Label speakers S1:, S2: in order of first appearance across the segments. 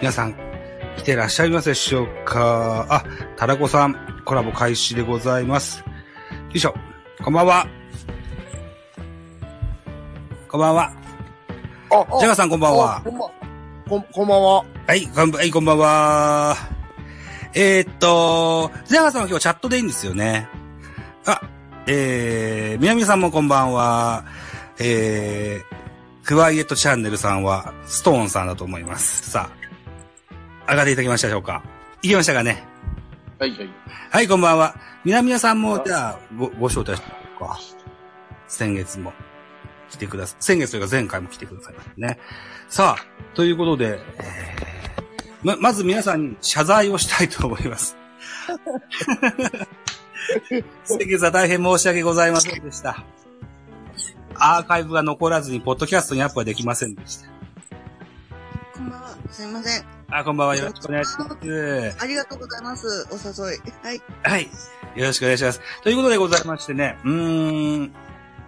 S1: 皆さん、来てらっしゃいますでしょうかあ、タラコさん、コラボ開始でございます。よいしょ、こんばんは。こんばんは。
S2: あ、
S1: ジャガさんこんばんは
S2: あこんばんこん、こんばんは。
S1: はい、こんばんはい、こんばんは。えー、っと、ジャガさんは今日チャットでいいんですよね。あ、えー、みなみさんもこんばんは。えー、クワイエットチャンネルさんは、ストーンさんだと思います。さあ、上がっていただきましたでしょうかいきましたかね
S2: はいはい。
S1: はい、こんばんは。南谷さんも、じゃあ、ご、ご招待しましょうか。先月も来てください。先月というか前回も来てくださいましたね。さあ、ということで、えーま、まず皆さんに謝罪をしたいと思います。先月は大変申し訳ございませんでした。アーカイブが残らずに、ポッドキャストにアップはできませんでした。
S3: こんばんは。すいません。
S1: あ、こんばんは。よろしくお願いします。
S3: ありがとうございます。お誘い。はい。
S1: はい。よろしくお願いします。ということでございましてね、うーん、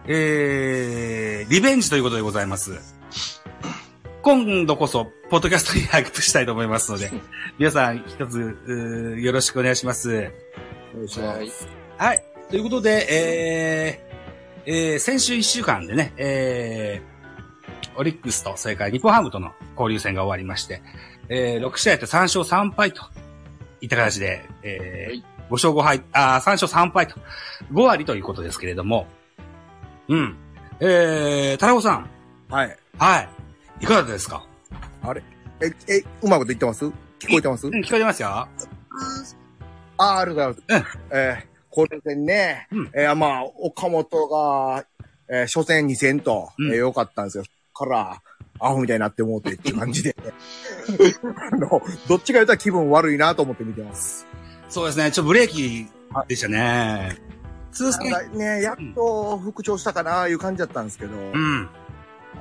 S1: えー、リベンジということでございます。今度こそ、ポッドキャストにアップしたいと思いますので、皆さん一つ、うーよろしくお願いします。
S2: お願いします。
S1: はい。ということで、えー、えー、先週一週間でね、えー、オリックスと、それから日本ハムとの交流戦が終わりまして、えー、6試合で3勝3敗といった形で、えー
S2: はい
S1: 5勝5敗、あー3勝3敗と、5割ということですけれども、うん。えー、田中さん、
S4: はい。
S1: はい。いかがですか
S4: え、え、うまいこと言ってます聞こえてます
S1: うん、聞こえてますよ
S4: あー、ありがとうございます。えー、交流戦ね、
S1: うん
S4: えー、まあ、岡本が、えー、初戦2戦と、
S1: うん
S4: えー、良かったんですよ。そっから、アホみたいになってもうてっていう感 じで。あの、どっちが言ったら気分悪いなと思って見てます。
S1: そうですね、ちょっとブレーキでしたね。ツース
S4: な
S1: ケ
S4: んかね、やっと復調したかないう感じだったんですけど、
S1: うん。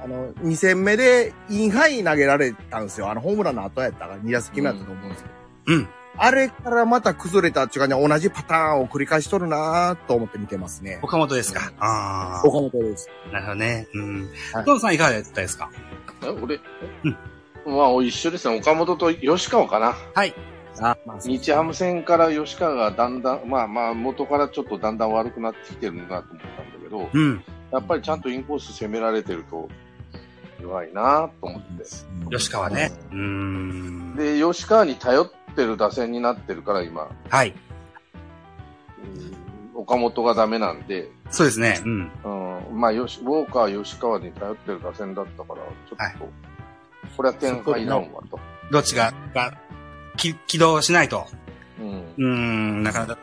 S4: あの、2戦目でインハイ投げられたんですよ。あの、ホームランの後やったから、2打席目だったと思うんですけど
S1: うん。
S4: あれからまた崩れたっていうかね、同じパターンを繰り返しとるなぁと思って見てますね。
S1: 岡本ですか。ああ。
S4: 岡本です。
S1: なるほどね。うん。
S4: はい
S1: トムさんいかがだったですか
S2: え、俺、
S1: うん
S2: まあ、一緒ですね。岡本と吉川かな。
S1: はい。
S4: あ、まあ、そう
S2: 日ハム戦から吉川がだんだん、まあまあ、元からちょっとだんだん悪くなってきてるなと思ったんだけど、
S1: うん。
S2: やっぱりちゃんとインコース攻められてると弱いなと思って。
S1: 吉川ね。うーん。
S2: で、吉川に頼ってる打線になってるから、今、
S1: はい。
S2: うん岡本がダメなんで、
S1: そうですね。うん。
S2: うん、まあ、よし、ウォーカー、吉川に頼ってる打線だったから、ちょっと、
S1: はい
S2: これは点入らんわと。
S1: どっちが、が、き起動しないと。
S2: うん
S1: う。ーん。なかなか、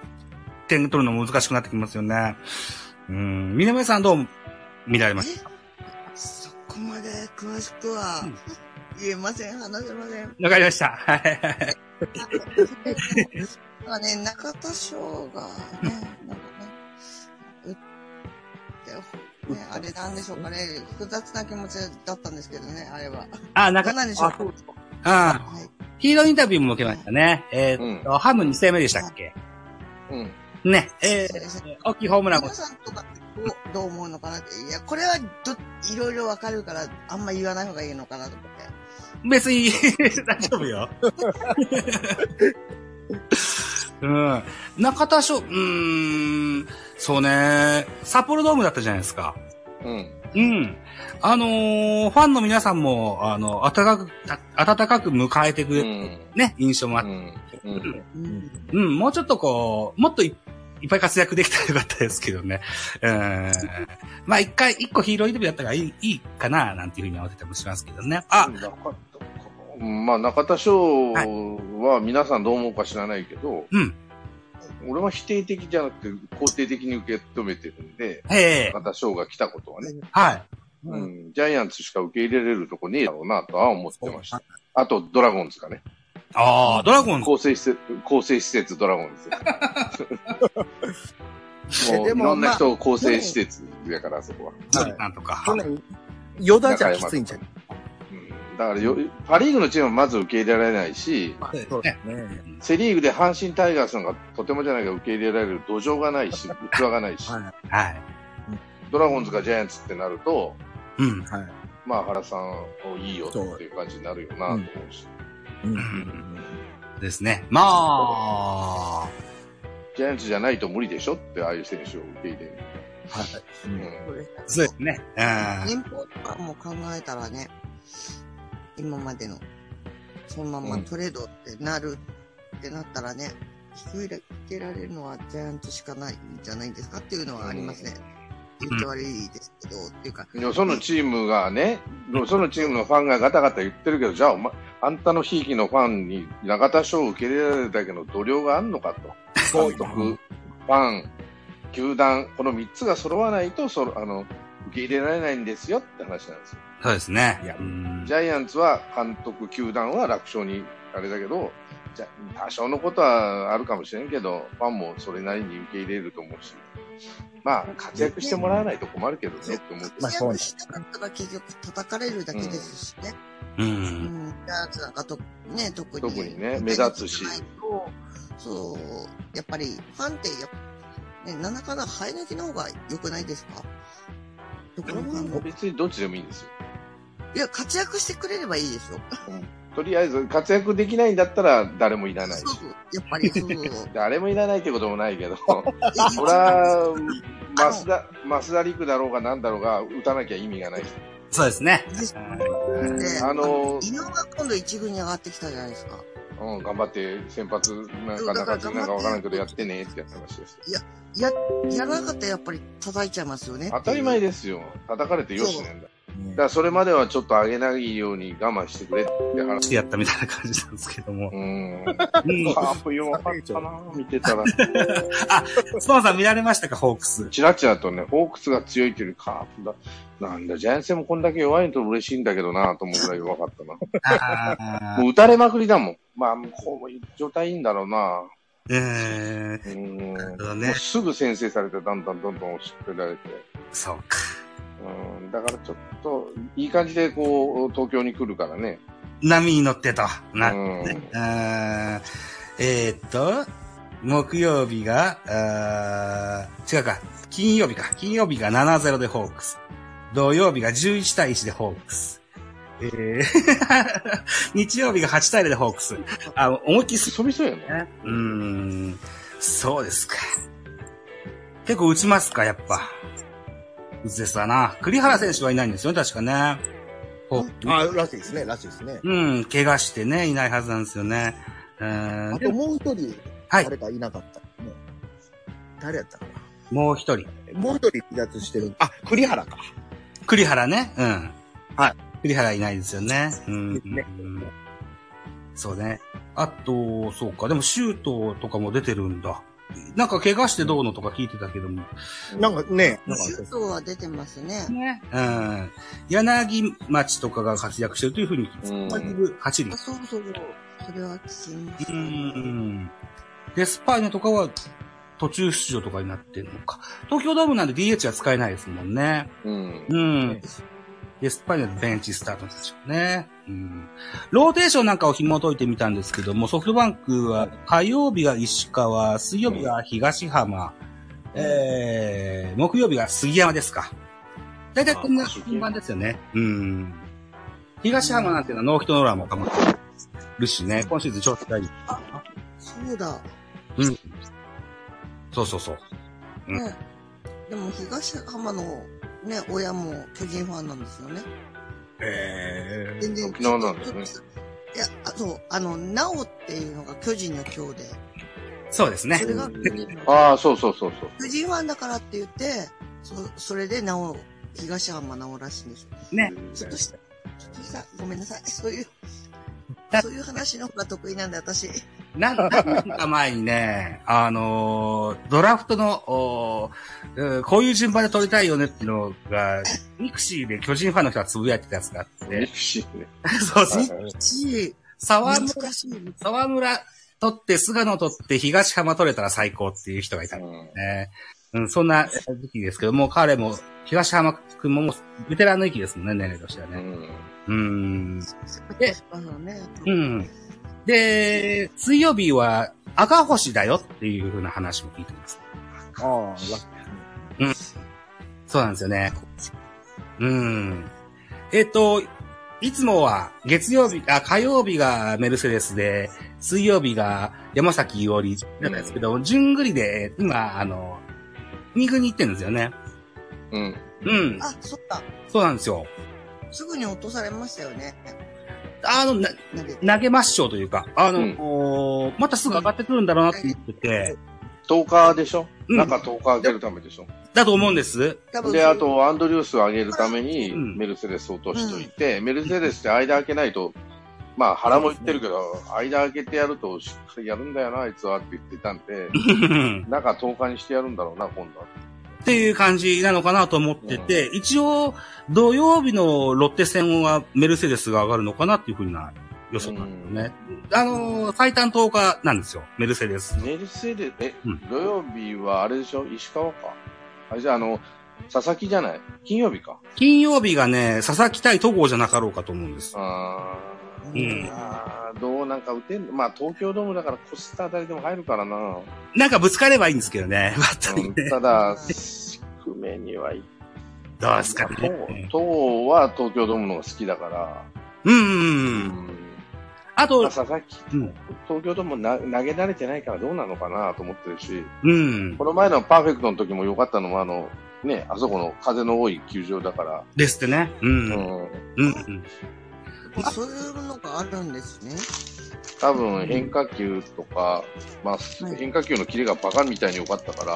S1: 点取るの難しくなってきますよね。うーん。南さんどう見られますか
S3: そこまで詳しくは
S1: うん
S3: 言えません。話せません。
S1: わかりました。 はい。
S3: まあね、中田翔がね、なんかね、打って、ね、あれなんでしょうかね。複雑な気持ちだったんですけどね、あれは。
S1: あ、中
S3: 何
S1: 田、
S3: なんでしょうか。
S1: あ
S3: はい。
S1: ーヒーローインタビューも受けましたね。え
S2: う
S1: ーっ
S2: ん。
S1: と、ハム2戦目でしたっけ
S2: うん。
S1: ね。え
S3: そうです
S1: ー、大きいホームランも
S3: 皆。さんとかどうどう思うのかなって。いや、これはど、いろいろわかるから、あんま言わない方がいいのかなと思って。
S1: 別に、大丈夫よ。 うん。中田翔、うーん、そうね、札幌ドームだったじゃないですか。
S2: うん。
S1: うん。あのーファンの皆さんも、あの、暖かく、あ暖かく迎えてく
S2: う
S1: れる、
S2: ん。
S1: ね、印象もあ
S2: う
S1: って、
S2: ん。うん。
S3: うん
S1: うん、もうちょっとこう、もっといいっぱい活躍できたらよかったですけどね。うん。まあ一回、一個ヒーローインタビューだったからいい、いいかな、なんていうふうに思ってたりもしますけどね。あ、
S2: 中田うんまあ、中田翔は皆さんどう思うか知らないけど、
S1: うん
S2: 俺は否定的じゃなくて、肯定的に受け止めてるんで、
S1: ええ
S2: 中田翔が来たことはね、
S1: はい。
S2: う
S4: うん
S2: ん、ジャイアンツしか受け入れれるとこねえだろうなとは思ってました。あと、ドラゴンズかね。
S1: ああ、ドラゴンズ
S2: 構成施設、構成施設ドラゴン ズ。もう
S4: で
S2: い
S4: も
S2: ろんな人を構成施設やから、あそこは。
S1: はいなんとか。
S4: 去年、ヨダじゃきついんじゃん。
S2: うんだからよ、パリーグのチームはまず受け入れられないし、
S4: そうですね。
S2: セリーグで阪神タイガースの方がとてもじゃないが受け入れられる土壌がないし、器がないし、
S4: はい
S1: はい。
S2: ドラゴンズかジャイアンツってなると、
S1: うん。
S4: はい。
S2: まあ原さんをいいよっていう感じになるよなと思うし、
S4: うん
S1: ですね。まあ、
S2: ジャイアンツじゃないと無理でしょって、ああいう選手を受け入れる。
S4: はい。
S2: うん
S1: そうですね。うん。
S3: 年俸とかも考えたらね、今までの、そのままトレードってなるってなったらね、引き受けられるのはジャイアントしかないんじゃないですかっていうのはありますね。言って悪いですけど、っていうか、
S2: でもそのチームがね、そのチームのファンがガタガタ言ってるけど、じゃあお前、あんたのひいきのファンに永田賞を受け入れられるだけの度量があるのかと。
S4: そう
S2: 監督、ファン、球団、この3つが揃わないとそろあの受け入れられないんですよって話なんですよ。
S1: そうですね
S4: いや。
S1: うん
S2: ジャイアンツは監督、球団は楽勝にあれだけど、じゃ多少のことはあるかもしれんけど、ファンもそれなりに受け入れると思うし、まあ、活躍してもらわないと困るけどねって思う。
S4: まあ
S3: 活
S4: そうね
S3: 躍しなかったら結局叩かれるだけですしね。
S1: う。
S3: うんん、ジャイアンツなんかと、ね、特に。
S2: 特にね目立つし
S3: そう、やっぱりファンってやっぱ、ね、なんだかんだ生え抜きの方が良くないですかどこのファンも
S2: 別にどっちでもいいんですよ。
S3: いや、活躍してくれればいいですよ。
S2: とりあえず活躍できないんだったら誰もいらないし
S3: そう、そう、やっぱり、そう。
S2: 誰もいらないってこともないけど、そ
S3: あ
S2: ら、増田、増田陸だろうが何だろうが打たなきゃ意味がないし。
S1: そうですね。
S3: です
S1: はい
S3: で、
S2: あ
S3: あ
S2: の
S3: の、井上が今度一軍に上がってきたじゃないですか。
S2: うん、頑張って先発なんか中継ぎなんかわからんけどやってねってやった話です。
S3: や、やらなかったらやっぱり叩いちゃいますよね。
S2: 当たり前
S3: で。
S2: ですよ。叩かれてよしなん
S4: う
S2: だ。だ
S4: ん
S2: からそれまではちょっと上げないように我慢してくれって話。
S1: やったみたいな感じなんですけども
S2: う。ん。
S1: うん
S2: カープ弱かったな見てたら。
S1: スパンさん見られましたか、ホークス。
S2: チラチラとね、ホークスが強いというよりカープだ。なんだ、ジャイアンツ戦もこんだけ弱いと嬉しいんだけどなと思うぐらい弱かった な。
S1: あー
S2: もう打たれまくりだもん。まあ、こうも状態いいんだろうな。
S1: うーん。
S2: うーん。
S1: そう
S2: も
S1: ね
S2: う。すぐ先制されて、だんだんどんどん押し付けられて。
S1: そうか。
S2: うん。だからちょっと、いい感じでこう、東京に来るからね。
S1: 波に乗ってと。
S2: う
S1: な、
S2: ん。
S1: あーえーっと、木曜日が、あー違うか、金曜日か。金曜日が7-0でホークス。土曜日が11対1でホークス。えー 日曜日が8対0でホークス。あ、思いっきりす
S2: そびそうやね。
S1: ね。うーん、そうですか。結構打ちますか、やっぱ。打つですわな。栗原選手はいないんですよね、確かね。ホーク
S4: あ、らしいですね、らしいですね。
S1: うん、怪我してね、いないはずなんですよね。うーん
S4: あ、ともう一人、
S1: はい
S4: 誰かいなかった。ね誰やったか
S1: もう一人。
S4: な。もう一人離脱してる。あ、栗原か。
S1: 栗原ね、うん。
S4: はい。
S1: 栗原いないですよね。うん。
S4: ですね
S1: うんそうね。あと、そうか、でもシュートとかも出てるんだ。なんか怪我してどうのとか聞いてたけども。
S4: なんかね、なんか
S3: シュートは出てますね。
S1: ね。うん。柳町とかが活躍してるというふうに聞いて
S2: うん
S1: まあリーグ8
S3: あ
S1: 人。
S3: そうそうそう。それは聞きまし
S1: う
S3: た。
S1: ん。デスパイネとかは途中出場とかになってるのか。東京ドームなんで DH は使えないですもんね。
S2: うん。
S1: うん。エスパニアのベンチスタートなんでしょうね。うん。ローテーションなんかを紐解いてみたんですけども、ソフトバンクは火曜日が石川、水曜日が東浜、えー、木曜日が杉山ですか。だいたいこんな順番ですよね。うん。東浜なんていうのはノーヒットノーランも保ってるしね、今シーズン調子がいい。
S3: そうだ。
S1: うん。そうそうそう。うん
S3: ね。でも東浜のね、親も巨人ファンなんですよね。
S1: え
S3: 全然。
S2: 沖縄なんですね
S3: いや、あそう、あの、なおっていうのが巨人の今日で、
S1: そうですね。
S3: それが巨人の
S2: ああ、そうそうそうそう。
S3: 巨人ファンだからって言って、そそれでなお、東浜なおらしいんですよ。
S1: ね。
S3: ちょっとした、ちょっとした、ごめんなさい。 そういう
S1: だ、
S3: そういう話の方が得意なんで、私。
S1: なんなんか前にね、あのードラフトの、おーうんこういう順番で取りたいよねっていうのが、ミクシーで巨人ファンの人がつぶやいてたやつがあっ
S2: ミ
S1: て、
S2: クシーね。
S1: そうそう。
S3: 1位、
S1: 沢村、
S3: 難しい。
S1: 沢村取って、菅野取って、東浜取れたら最高っていう人がいたんで
S2: うん
S1: すね。うん、そんな時期ですけども、彼も、東浜くんももうベテランの域ですもんね、年齢としては
S2: う
S1: ね。
S2: ん。
S1: うん。
S3: で、あのね、
S1: うん。で、水曜日は赤星だよっていうふうな話も聞いてます。
S4: ああ、らしいですね。
S1: そうなんですよね。うん。えっ、と、いつもは月曜日、あ、火曜日がメルセデスで、水曜日が山崎伊織なんですけど、じゅんぐりで、今、あの、二軍に行ってるんですよね。
S2: うん。
S1: うん。
S3: あ、そっか。
S1: そうなんですよ。
S3: すぐに落とされましたよね。
S1: あの、な
S3: 投げて
S1: 投げ抹消というか、あの、
S2: うん
S1: こうまたすぐ上がってくるんだろうなって言ってて、
S2: 10日でしょ、
S1: うん
S2: 中10日上げるためでしょ
S1: だと思うんです。
S3: 多分
S2: で、あ、と、アンドリュースを上げるために、
S1: うん
S2: メルセデスを落としといて、メルセデスって間開けないと、まあ、腹も言ってるけど、間開けてやると、しっかりやるんだよな、あいつはって言ってたん で、中10日にしてやるんだろうな、今度は。
S1: っていう感じなのかなと思ってて、一応、土曜日のロッテ戦はメルセデスが上がるのかなっていうふうな予想なんですよね。あのー、最短10日なんですよ、メルセデス。
S2: メルセデス、え、
S1: うん
S2: 土曜日はあれでしょ石川か。あれじゃあ、あの、佐々木じゃない金曜日か。
S1: 金曜日がね、佐々木対戸郷じゃなかろうかと思うんです。
S2: あ
S3: う
S1: うん
S2: ー
S3: ん。
S2: あーどうなんか打てんのまあ、東京ドームだからコスター誰でも入るからな。
S1: なんかぶつかればいいんですけどね、 バッタ
S2: う
S1: ー
S2: ん
S1: にね。
S2: ただ、低めにはいっ
S1: どうですか
S2: 東
S1: ね。
S2: 東は東京ドームの方が好きだから、
S1: うんうん
S2: う
S1: うん。
S2: ん
S1: あ
S2: まあ
S1: と、
S2: 佐々木、
S1: うん。
S2: 東京ドームな投げ慣れてないからどうなのかなと思ってるし、
S1: うん
S2: こ。の前のパーフェクトの時も良かったのは、あの、ね、あそこの風の多い球場だから、
S1: ですってね。うん。
S2: う
S1: うん。
S2: ん、
S1: うん。
S3: そういうのがあるんですね。
S2: 多分変化球とか、まあ、
S3: い
S2: 変化球のキレがバカみたいに良かったから、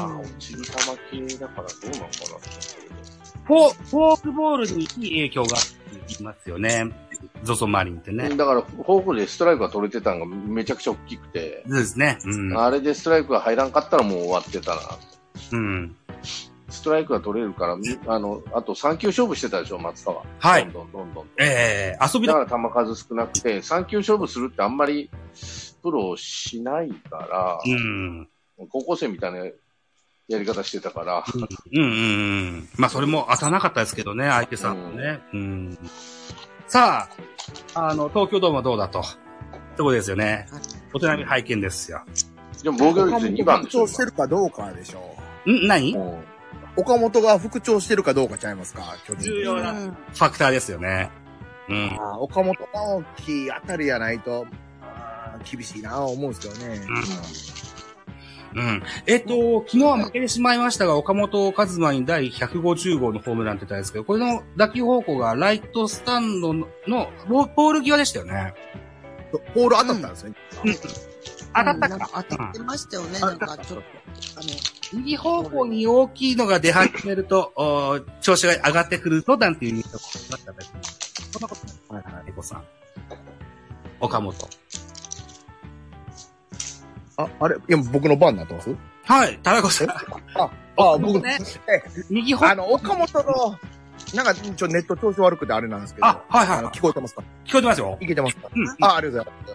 S2: ま
S3: う
S2: あ、
S3: ん
S2: 落ちる球系だからどうなのかなと思ったけど
S1: フォー、フォークボールにいい影響がいますよね。ゾソマリンってね。
S2: だから、フォークでストライクが取れてたのがめちゃくちゃ大きくて、
S1: そうですね。うん。
S2: あれでストライクが入らんかったらもう終わってたな。
S1: うん。
S2: ストライクが取れる から、みあの、あと3球勝負してたでしょ、松川。
S1: はい
S2: どんどんどんど
S1: ええ遊
S2: ん。
S1: び
S2: だ
S1: だ。
S2: から球数少なくて、3球勝負するってあんまりプロしないか
S1: う
S2: ら、
S1: ん。
S2: 高校生みたいなやり方してたから、
S1: うんうんうん。まあ、それも当たらなかったですけどね、相手さんもね。うん。さあ、あの、東京ドームはどうだと。ってことですよね。お手並み拝見ですよ。
S2: でも防御率2番
S4: 復
S2: でしょ
S4: 調してるかどうかでしょ
S1: ん何
S2: 今
S1: フ
S2: うん
S4: う。岡本が復調してるかどうかちゃいますか、巨
S1: 重
S4: 人。
S1: 要な
S3: うん
S1: ァクターですよね。うん。
S4: あー岡本直樹あたりやないと、あー厳しいなぁ思うんですけどね。
S1: うん。えっと、昨日は負けてしまいましたが、岡本和真に第150号のホームランって言ったんですけど、これの打球方向がライトスタンドの、ボボール際でしたよね。
S4: ポール当たったんですよね。
S1: 当たった
S3: うん
S1: か
S3: なん。当たってましたよね。なんかちょっと、あの、
S1: 右方向に大きいのが出始めると、おー調子が上がってくると、なんていう意味だと思いましたね。そんなことない。
S4: はいはい
S1: エコさん。岡本。
S4: あ、あれいや、僕の番になってます
S1: はい、田中さん。
S4: あ、
S1: 僕
S4: 僕
S1: ね
S4: ね。
S1: 右方
S4: あの、岡本の、なんか、ちょっとネット調子悪くてあれなんですけど。
S1: あ、はいは
S4: あ
S1: い
S4: の。聞こえてますか
S1: 聞こえてますよ。
S4: いけてますか
S1: うん。
S4: あ、ありがとうござい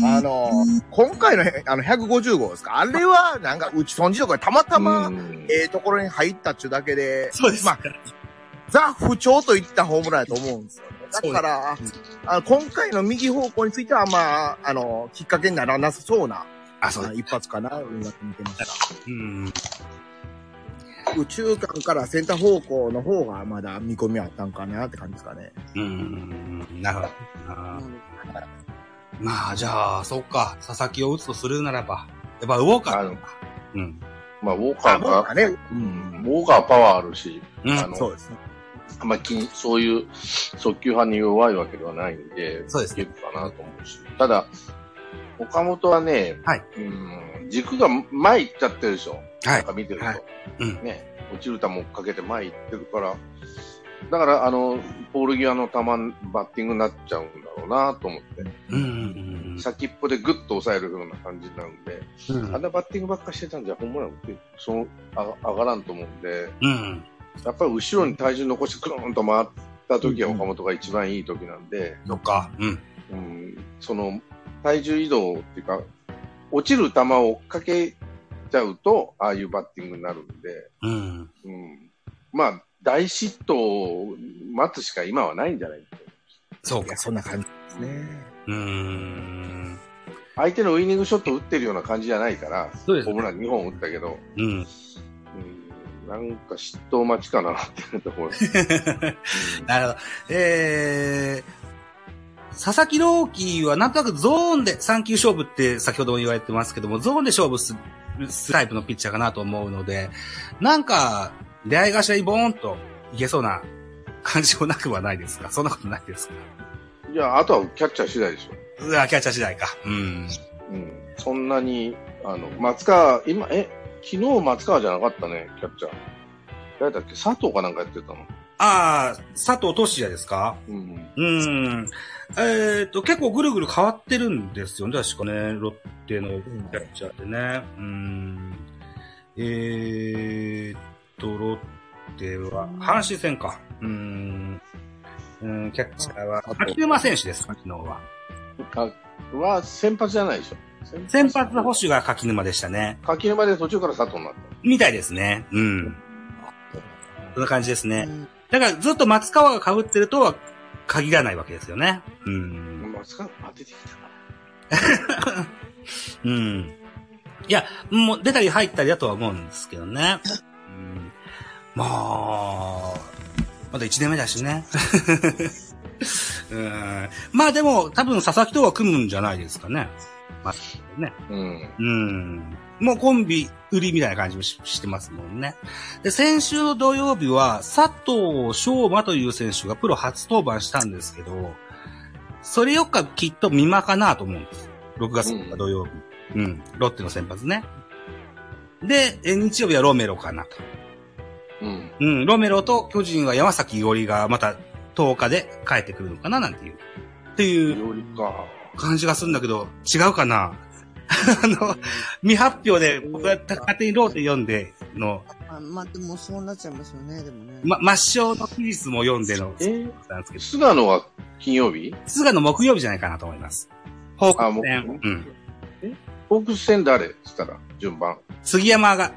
S4: ます。あの、今回のへあの150号ですかあれは、なんか、うち損じとかたまたま、ええところに入ったっちゅうだけで、
S1: そうです。
S4: まあ、ザ不調といったホームランだと思うんですよね。だから、あの今回の右方向については、まあ、あの、きっかけにならなさそうな、
S1: あ、そう
S4: あ
S1: だ
S4: の。一発かな、と見てました。
S1: うん。
S4: 宇宙間からセンター方向の方が、まだ見込みはあったんかなって感じですかね。
S1: うん。なるほど。あー
S3: うん
S1: まあ、じゃあ、そうか。佐々木を打つとするならば、やっぱ、ウォーカ
S2: あ
S1: ー
S2: の
S1: か。うん。
S2: まあ、ウォーカ
S4: あ、
S2: ー
S4: もう
S2: が、
S4: かね。う。
S2: うんんウォーカーパワーあるし、
S1: う
S2: あ
S1: ん。
S2: の
S4: そうですね。
S2: あんまり気にそういう速球派に弱いわけではないんで、
S1: そうです
S2: いけるかなと思うし。ただ、岡本はね、
S1: はい
S2: うん軸が前行っちゃってるでしょ。
S1: は
S2: なんか見てると。
S1: はいうん
S2: ね、落ちる球をかけて前行ってるから、だから、あの、ポール際の球、バッティングになっちゃうんだろうなと思って、
S1: うんうん
S2: 先っぽでグッと抑えるような感じなんで、
S1: うん。う
S2: あん
S1: ん。
S2: なバッティングばっかしてたんじゃ、ホームラン打って、その、あ上がらんと思うんで、
S1: うん。
S2: やっぱり後ろに体重残してくるんと回った時は
S4: うん
S2: 岡本が一番いい時なんで、
S1: そっか。うん。
S2: うん、その体重移動っていうか、落ちる球を追っかけちゃうと、ああいうバッティングになるんで、
S1: うん。
S2: うん、まあ、大失投を待つしか今はないんじゃない
S1: そう
S4: い
S1: か
S4: や、。そんな感じですね。
S1: うーん。
S2: 相手のウイニングショット打ってるような感じじゃないから、
S1: そうで
S2: ホ
S1: す
S2: ームラン2本打ったけど、
S1: うん。
S2: うん、なんか嫉妬待ちかなっていうところ。
S1: なるほど。えー、佐々木朗希はなんとなくゾーンで、3球勝負って先ほども言われてますけども、ゾーンで勝負するタイプのピッチャーかなと思うので、なんか、出会い頭にボーンといけそうな感じもなくはないですかそんなことないですか
S2: いや、あとはキャッチャー次第でしょ。
S1: うわ、キャッチャー次第か。うん。
S2: うん。そんなに、あの、松川、今、え、昨日松川じゃなかったね、キャッチャー。誰だっけ佐藤かなんかやってたの。
S1: ああ、佐藤俊也ですか
S2: うん。
S1: うん。えーっと、結構ぐるぐる変わってるんですよね、確かね、ロッテのキャッチャーってね。うん。えーっと、ロッテは、阪神戦か。うん。うん、キャッチャーは、
S4: あと
S1: 秋沼選手です、昨日は。
S2: か、は、先発じゃないでしょ。
S1: 先発捕手が柿沼でしたね。
S2: 柿沼で途中から佐藤になった。
S1: みたいですね。うん。そんな感じですね。だからずっと松川が被ってるとは限らないわけですよね。うん。
S2: 松川、あ、出てきたか
S1: うん。いや、もう出たり入ったりだとは思うんですけどね。うん、まあ、まだ1年目だしね。 うん、まあでも、多分佐々木とは組むんじゃないですかね。まあ、ね。
S2: な。うん。
S1: うん。もうコンビ売りみたいな感じもししてますもんね。で、先週の土曜日は、佐藤翔馬という選手がプロ初登板したんですけど、それよっかきっと見間かなと思うんです。6月の土曜日。うん、ロッテの先発ね。で、え日曜日はロメロかなと。
S2: うん。
S1: うん、ロメロと巨人は山崎伊織がまた10日で帰ってくるのかななんていう。っていう
S2: よりか。
S1: 感じがするんだけど、違うかな あの、未発表で、僕が勝手にローテ読んでの、
S3: あまあ、でもそうなっちゃいますよね、でもね。
S1: ま、抹消の期日も読んでの、
S2: えー
S1: なんですけど、
S2: 菅野は金曜日
S1: 菅の木曜日じゃないかなと思います。ホークス
S2: あ
S1: 戦
S2: 木、
S1: う
S2: 曜
S1: ん。
S2: ホークス戦誰っつったら、順番。
S1: 杉山が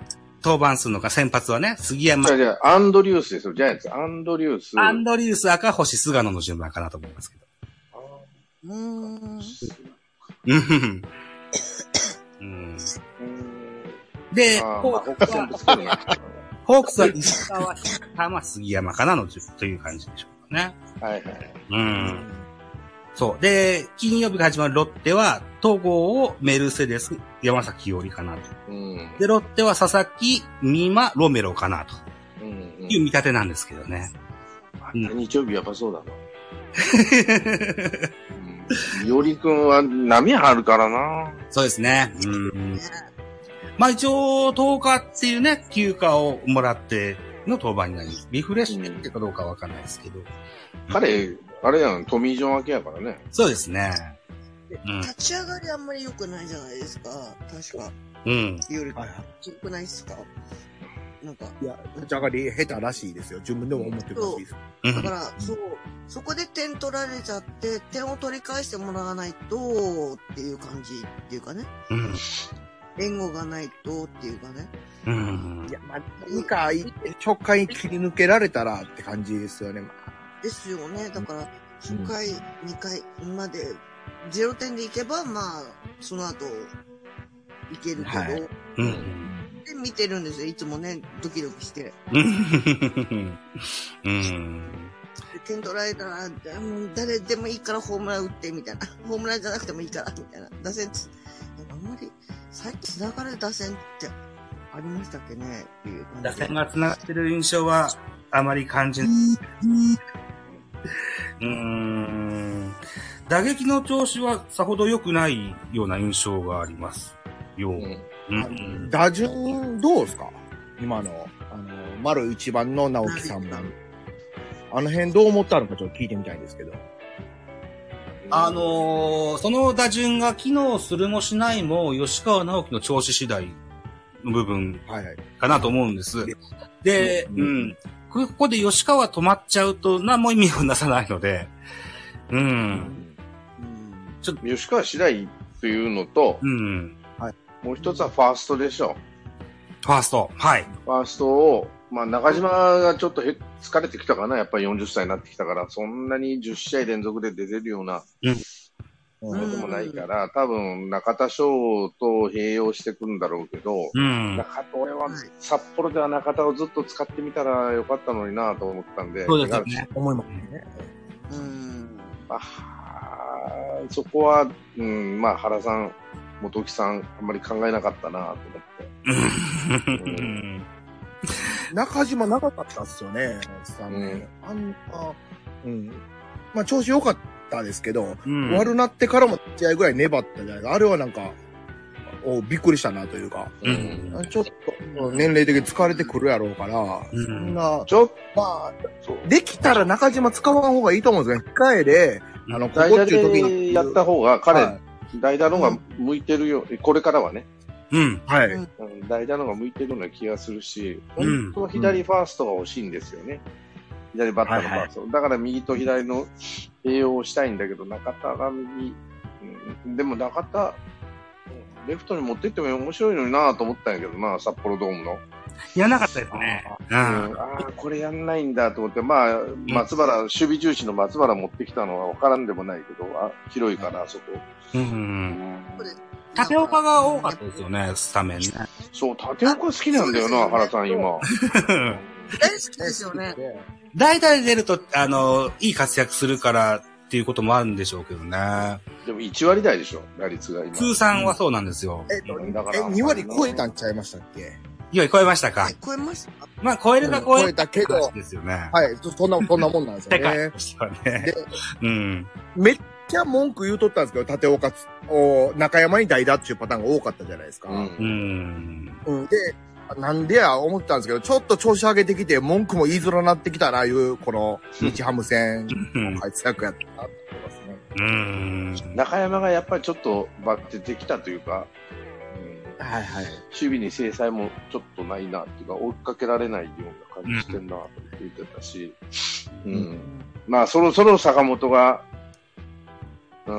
S1: 登板するのか、先発はね、杉山
S2: じゃ、あじゃあアンドリュースですよ、ジャイアンツ。アンドリュース。
S1: アンドリュース、赤星、菅野の順番かなと思いますけど。
S3: うーん。
S1: うん。うん
S2: うん
S1: で、
S2: あー
S1: ホ
S2: まあ
S1: ー
S2: ホー
S1: ク
S2: ク
S1: スは
S2: ス戦ぶつけるな。
S1: ホークスは石川、玉、杉山かなの順という感じでしょうかね。
S2: はいはい。
S1: うん。そう。で、金曜日が始まるロッテは、戸郷をメルセデス、山崎伊織かなと。
S2: うん。
S1: で、ロッテは佐々木、美馬、ロメロかなと
S2: うんうん
S1: いう見立てなんですけどね。
S2: また日曜日やっぱそうだな。うんよりくんは波あるからな。
S1: そうですね。うん。まあ一応、10日っていうね、休暇をもらっての登板になります、リフレッシュってかどうかわかんないですけど。
S2: 彼、あれやん、トミー・ジョン明けやからね。
S1: そうですね。うん。
S3: 立ち上がりあんまり良くないじゃないですか。確か。
S1: うん。
S3: よ
S4: は
S3: り
S4: いはい。
S3: 良くないっすかなんか、
S4: いや、立ち上がり下手らしいですよ。自分でも思ってるらしいです。
S1: う
S3: だか
S1: ん。
S3: ら、そう、そこで点取られちゃって、点を取り返してもらわないと、っていう感じっていうかね。
S1: うん。
S3: 援護がないと、っていうかね。
S1: うん
S4: い。や、まあ、何か直感に切り抜けられたらって感じですよね。まあ
S3: ですよね。だから、初回、2回まで、0点でいけば、まあ、その後、いけるけど、
S4: はい
S1: うん。
S3: で見てるんですよ。いつもね、ドキドキして。
S1: うん。うん。
S3: で点取られたら、でもう誰でもいいからホームラン打って、みたいな。 ホームランじゃなくてもいいから、みたいな。打線つ、あんまり、最近繋がる打線ってありましたっけねっていう感じで
S1: 打線が繋がってる印象はあまり感じない。うーん。打撃の調子はさほど良くないような印象があります。よう。
S2: うん
S1: うん。
S4: 打順、どうですか今の、あの、丸一番の直樹さんも。あの辺どう思ったのかちょっと聞いてみたいんですけど。
S1: あ、のーその打順が機能するもしないも、吉川直樹の調子次第の部分
S4: はいはい。
S1: かなと思うんです。で、
S4: う
S1: うんん。ここで吉川止まっちゃうと何も意味をなさないので、うん。
S3: うん
S2: 吉川次第というのと、
S1: うん。
S2: もう一つはファーストでしょ。
S1: ファースト。はい。
S2: ファーストを、まあ中島がちょっとへ疲れてきたかな、やっぱり40歳になってきたから、そんなに10試合連続で出てるような
S1: うん
S4: う
S2: こ
S4: ん
S2: ともないから、多分中田翔と併用してくんだろうけど、
S1: うん。
S2: 中田俺は
S3: はい
S2: 札幌では中田をずっと使ってみたらよかったのになと思ったんで、
S1: そうですよね
S4: 思いますね。
S3: うん。
S2: まあ、そこは、うん、まあ原さん、元木さん、あんまり考えなかったなと思って。
S1: うん。
S4: 中島長かったっすよね、スタメンあんな、うん。まあ調子良かったですけど、
S1: うん
S4: 悪なってからも試合ぐらい粘ったじゃないか。あれはなんか、おびっくりしたなというか、
S1: うん
S4: ちょっと年齢的に疲れてくるやろうから、
S1: うん
S4: そんな、
S2: ちょっ
S4: まあ、
S2: と、
S4: できたら中島使わん方がいいと思うんですね。控えで、あの、こ
S2: 代
S4: こ
S2: 打
S4: っていう時に。
S2: でやった方が、彼、
S4: は
S2: 代打の方が向いてるよ、これからはね、
S1: うん。
S4: い。はい。
S3: うん
S2: うん代打の方が向いてるような気がするし、
S1: うん
S2: 本当は左ファーストが欲しいんですよね。左バッターのファースト。だから右と左の栄養をしたいんだけど、中田が右、うんでも中田、うんレフトに持ってっても面白いのになぁと思ったんやけどな、札幌ドームの。
S1: やらなかったですね。う
S2: あ
S1: ん。
S2: あ、これやんないんだと思って、まあ、松原、守備重視の松原持ってきたのは分からんでもないけど、あ広いから、あそこ。
S1: うん。縦岡が多かったですよね、スタメンね。
S2: そう、縦岡好きなんだよ
S3: あ
S2: な、
S3: そう
S2: 原
S3: ですよ
S2: さん、
S3: ね
S2: 今。
S3: 大好きですよね。
S1: 代打で出ると、あの、いい活躍するからっていうこともあるんでしょうけどね。
S2: でも1割台でしょ、打率が今。
S1: 通算はそうなんですよ。
S4: えっと、
S2: だから
S4: え、2割超えたんちゃいましたっけ
S1: いや、超えましたか
S3: え。超えましたか
S1: まあ、超えるか超え
S4: 超えたけど
S1: 話ですよね。
S4: はい。そそんな、そんなもんなんです
S1: 世
S4: よ
S1: 界
S4: ね
S1: と。してはね
S4: で。
S1: うん。
S4: めっちゃ文句言うとったんですけど、立岡つお中山に代打っていうパターンが多かったじゃないですか。
S2: う。
S1: うんん。
S4: うんで、なんでや思ってたんですけど、ちょっと調子上げてきて、文句も言いづらなってきたな、いう、この、日ハム戦、
S1: うん
S4: 活躍やったなって思いますね。
S1: うん。
S2: 中山がやっぱりちょっとバッてできたというか、うん
S4: はいはい。
S2: 守備に制裁もちょっとないなっていうか、追いかけられないような感じしてんなと言ってたし、うん。まあ、そろそろ坂本が、う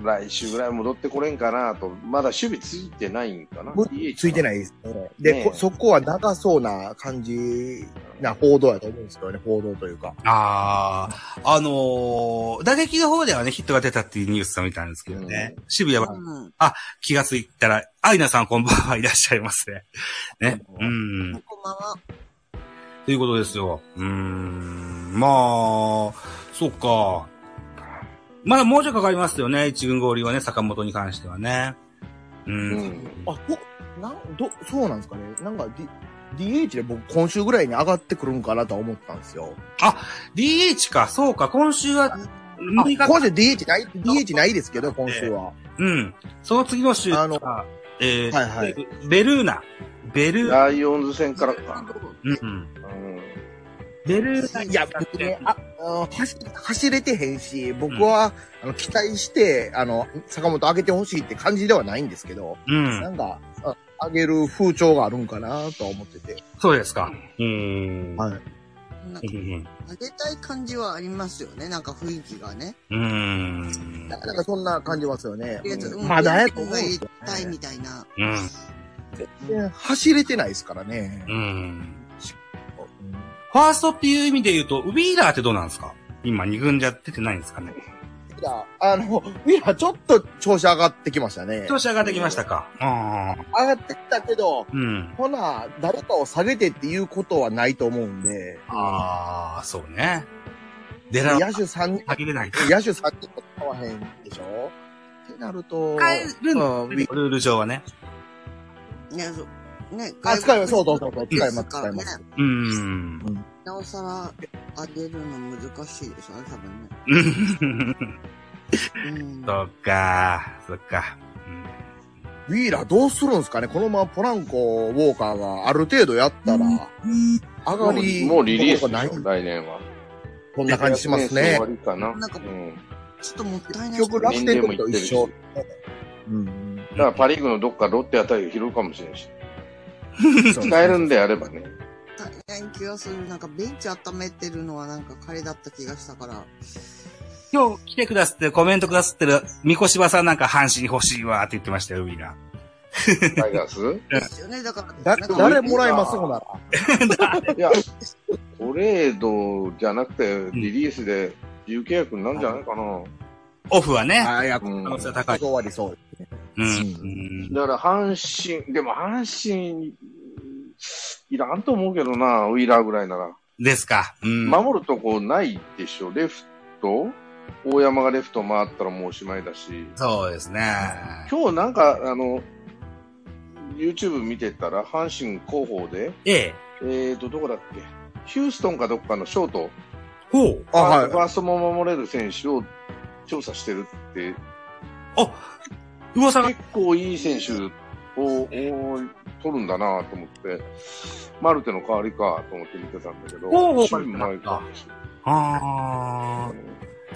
S2: ん、来週ぐらい戻ってこれんかなと、まだ守備ついてないんかな。
S4: ついて
S2: い。
S4: ないですね。で、
S2: ねえ
S4: こそこは長そうな感じな報道やと思うんですけどね、報道というか。
S1: ああ、あのー打撃の方ではね、ヒットが出たっていうニュースを見たんですけどね。渋谷は
S3: うん。
S1: 気がついたら、アイナさんこんばんはいらっしゃいますね。ね。うん。
S3: こんばんは。
S1: ということですよ。うーん。まあ、そっか。まだもうちょいかかりますよね。一軍合流はね、坂本に関してはね。うん。
S2: うん。
S4: あ、そ、なん、ど、そうなんですかね。なんか、D、DH で僕今週ぐらいに上がってくるんかなとは思ったんですよ。
S1: DH か、そうか、今週は、
S4: あ、
S1: 6日
S4: 今週 DH ない、DH ないですけど、今週は。
S1: うん。その次の週、
S4: あの
S1: えー
S4: はいはい
S1: ベルーナ。ベルーナ。
S2: ライオンズ戦からか。
S1: うん。
S2: うん。
S1: ベルーナ。
S4: いや、僕ね、あ、あ走走れてへんし、僕は、あの、期待して、あの、坂本上げてほしいって感じではないんですけど、
S1: うん
S4: な。んか、あ上げる風潮があるんかなとは思ってて。
S1: そうですか。うーん。
S4: はい
S3: な
S1: う
S3: んか
S1: ん
S3: あげたい感じはありますよね。なんか雰囲気がね。
S1: うーん。
S4: ななんかそんな感じますよね
S3: とりあえず、。
S4: う
S3: うんん
S4: まだやと
S3: と
S4: 思う
S3: が
S4: んで
S3: 言
S4: す
S3: い
S4: よ
S3: たいみたいな。
S1: うん。
S4: ね。走れてないですからね。
S1: うん。ファーストっていう意味で言うと、ウィーラーってどうなんですか今、二軍じゃ出てないんですかね
S4: いや、あの、ウィラーちょっと調子上がってきましたね。
S1: 調子上がってきましたかああ。
S4: 上がってきたけど、
S1: うん。
S4: ほな、誰かを下げてっていうことはないと思うんで、
S1: ああ、そうね。出ら、
S4: 野手3人、
S1: かけれないか。
S4: 野手3人も使わへんでしょってなると、
S1: 変えるの
S4: うん
S1: ルール上はね。
S3: ね、そう。ね、。
S4: あ、使います。そうそうそううそう、使います、
S3: ですか
S4: 使
S3: ら
S4: い
S3: ね
S4: ます。
S1: うん。
S3: なおさら、あげるの難しいでしょうね、多分ね。うん。
S1: そっか、そっか。うん
S4: ウィーラーどうするんですかねこのままポランコ、ウォーカーがある程度やったら、上
S2: も
S4: が
S2: う
S4: り、
S2: もうリリース
S4: ない
S2: でしょ、来年は。
S4: こんな感じしますね
S2: 終わ。りかな。
S3: なんか
S2: うん。
S3: ちょっともったいない。
S4: 結局、楽天と一緒。うん。
S2: だからパリーグのどっかロッテあたりを拾うかもしれんし。
S4: そう
S2: 使えるんであればね。
S3: 大変気がする。なんかベンチ温めてるのはなんか彼だった気がしたから。
S1: 今日来てくださって、コメントくださってる、三越柴さんなんか阪神欲しいわって言ってましたよ、ウィーラ
S2: タイガース
S3: ですよね。だか
S4: だ
S3: ら、なんか
S4: 誰もらえますほなら。
S2: いや、トレードじゃなくて、リリースで自由契約になるんじゃないかな。
S1: オフはね。
S4: あいや、こ
S1: 可能性は
S4: こ
S1: 高い。
S4: 終わりそう。
S1: うん。
S4: ん
S1: うん
S2: だから阪神、でも阪神、いらんと思うけどな、ウィーラーぐらいなら。
S1: ですか。うん。
S2: 守るとこないでしょ、レフト大山がレフト回ったらもうおしまいだし。
S1: そうですね。
S2: 今日なんか、あの、YouTube 見てたら、阪神広報で、
S1: ええ。
S2: えーと、どこだっけヒューストンかどっかのショート、
S1: ほう。
S4: あ、はい
S2: フ。ァーストも守れる選手を調査してるって、
S1: あ、噂が。
S2: 結構いい選手を、おー取るんだなと思って、マルテの代わりかと思って見てたんだけど、
S1: ほうほう
S2: 守備もないかもし
S1: ああ。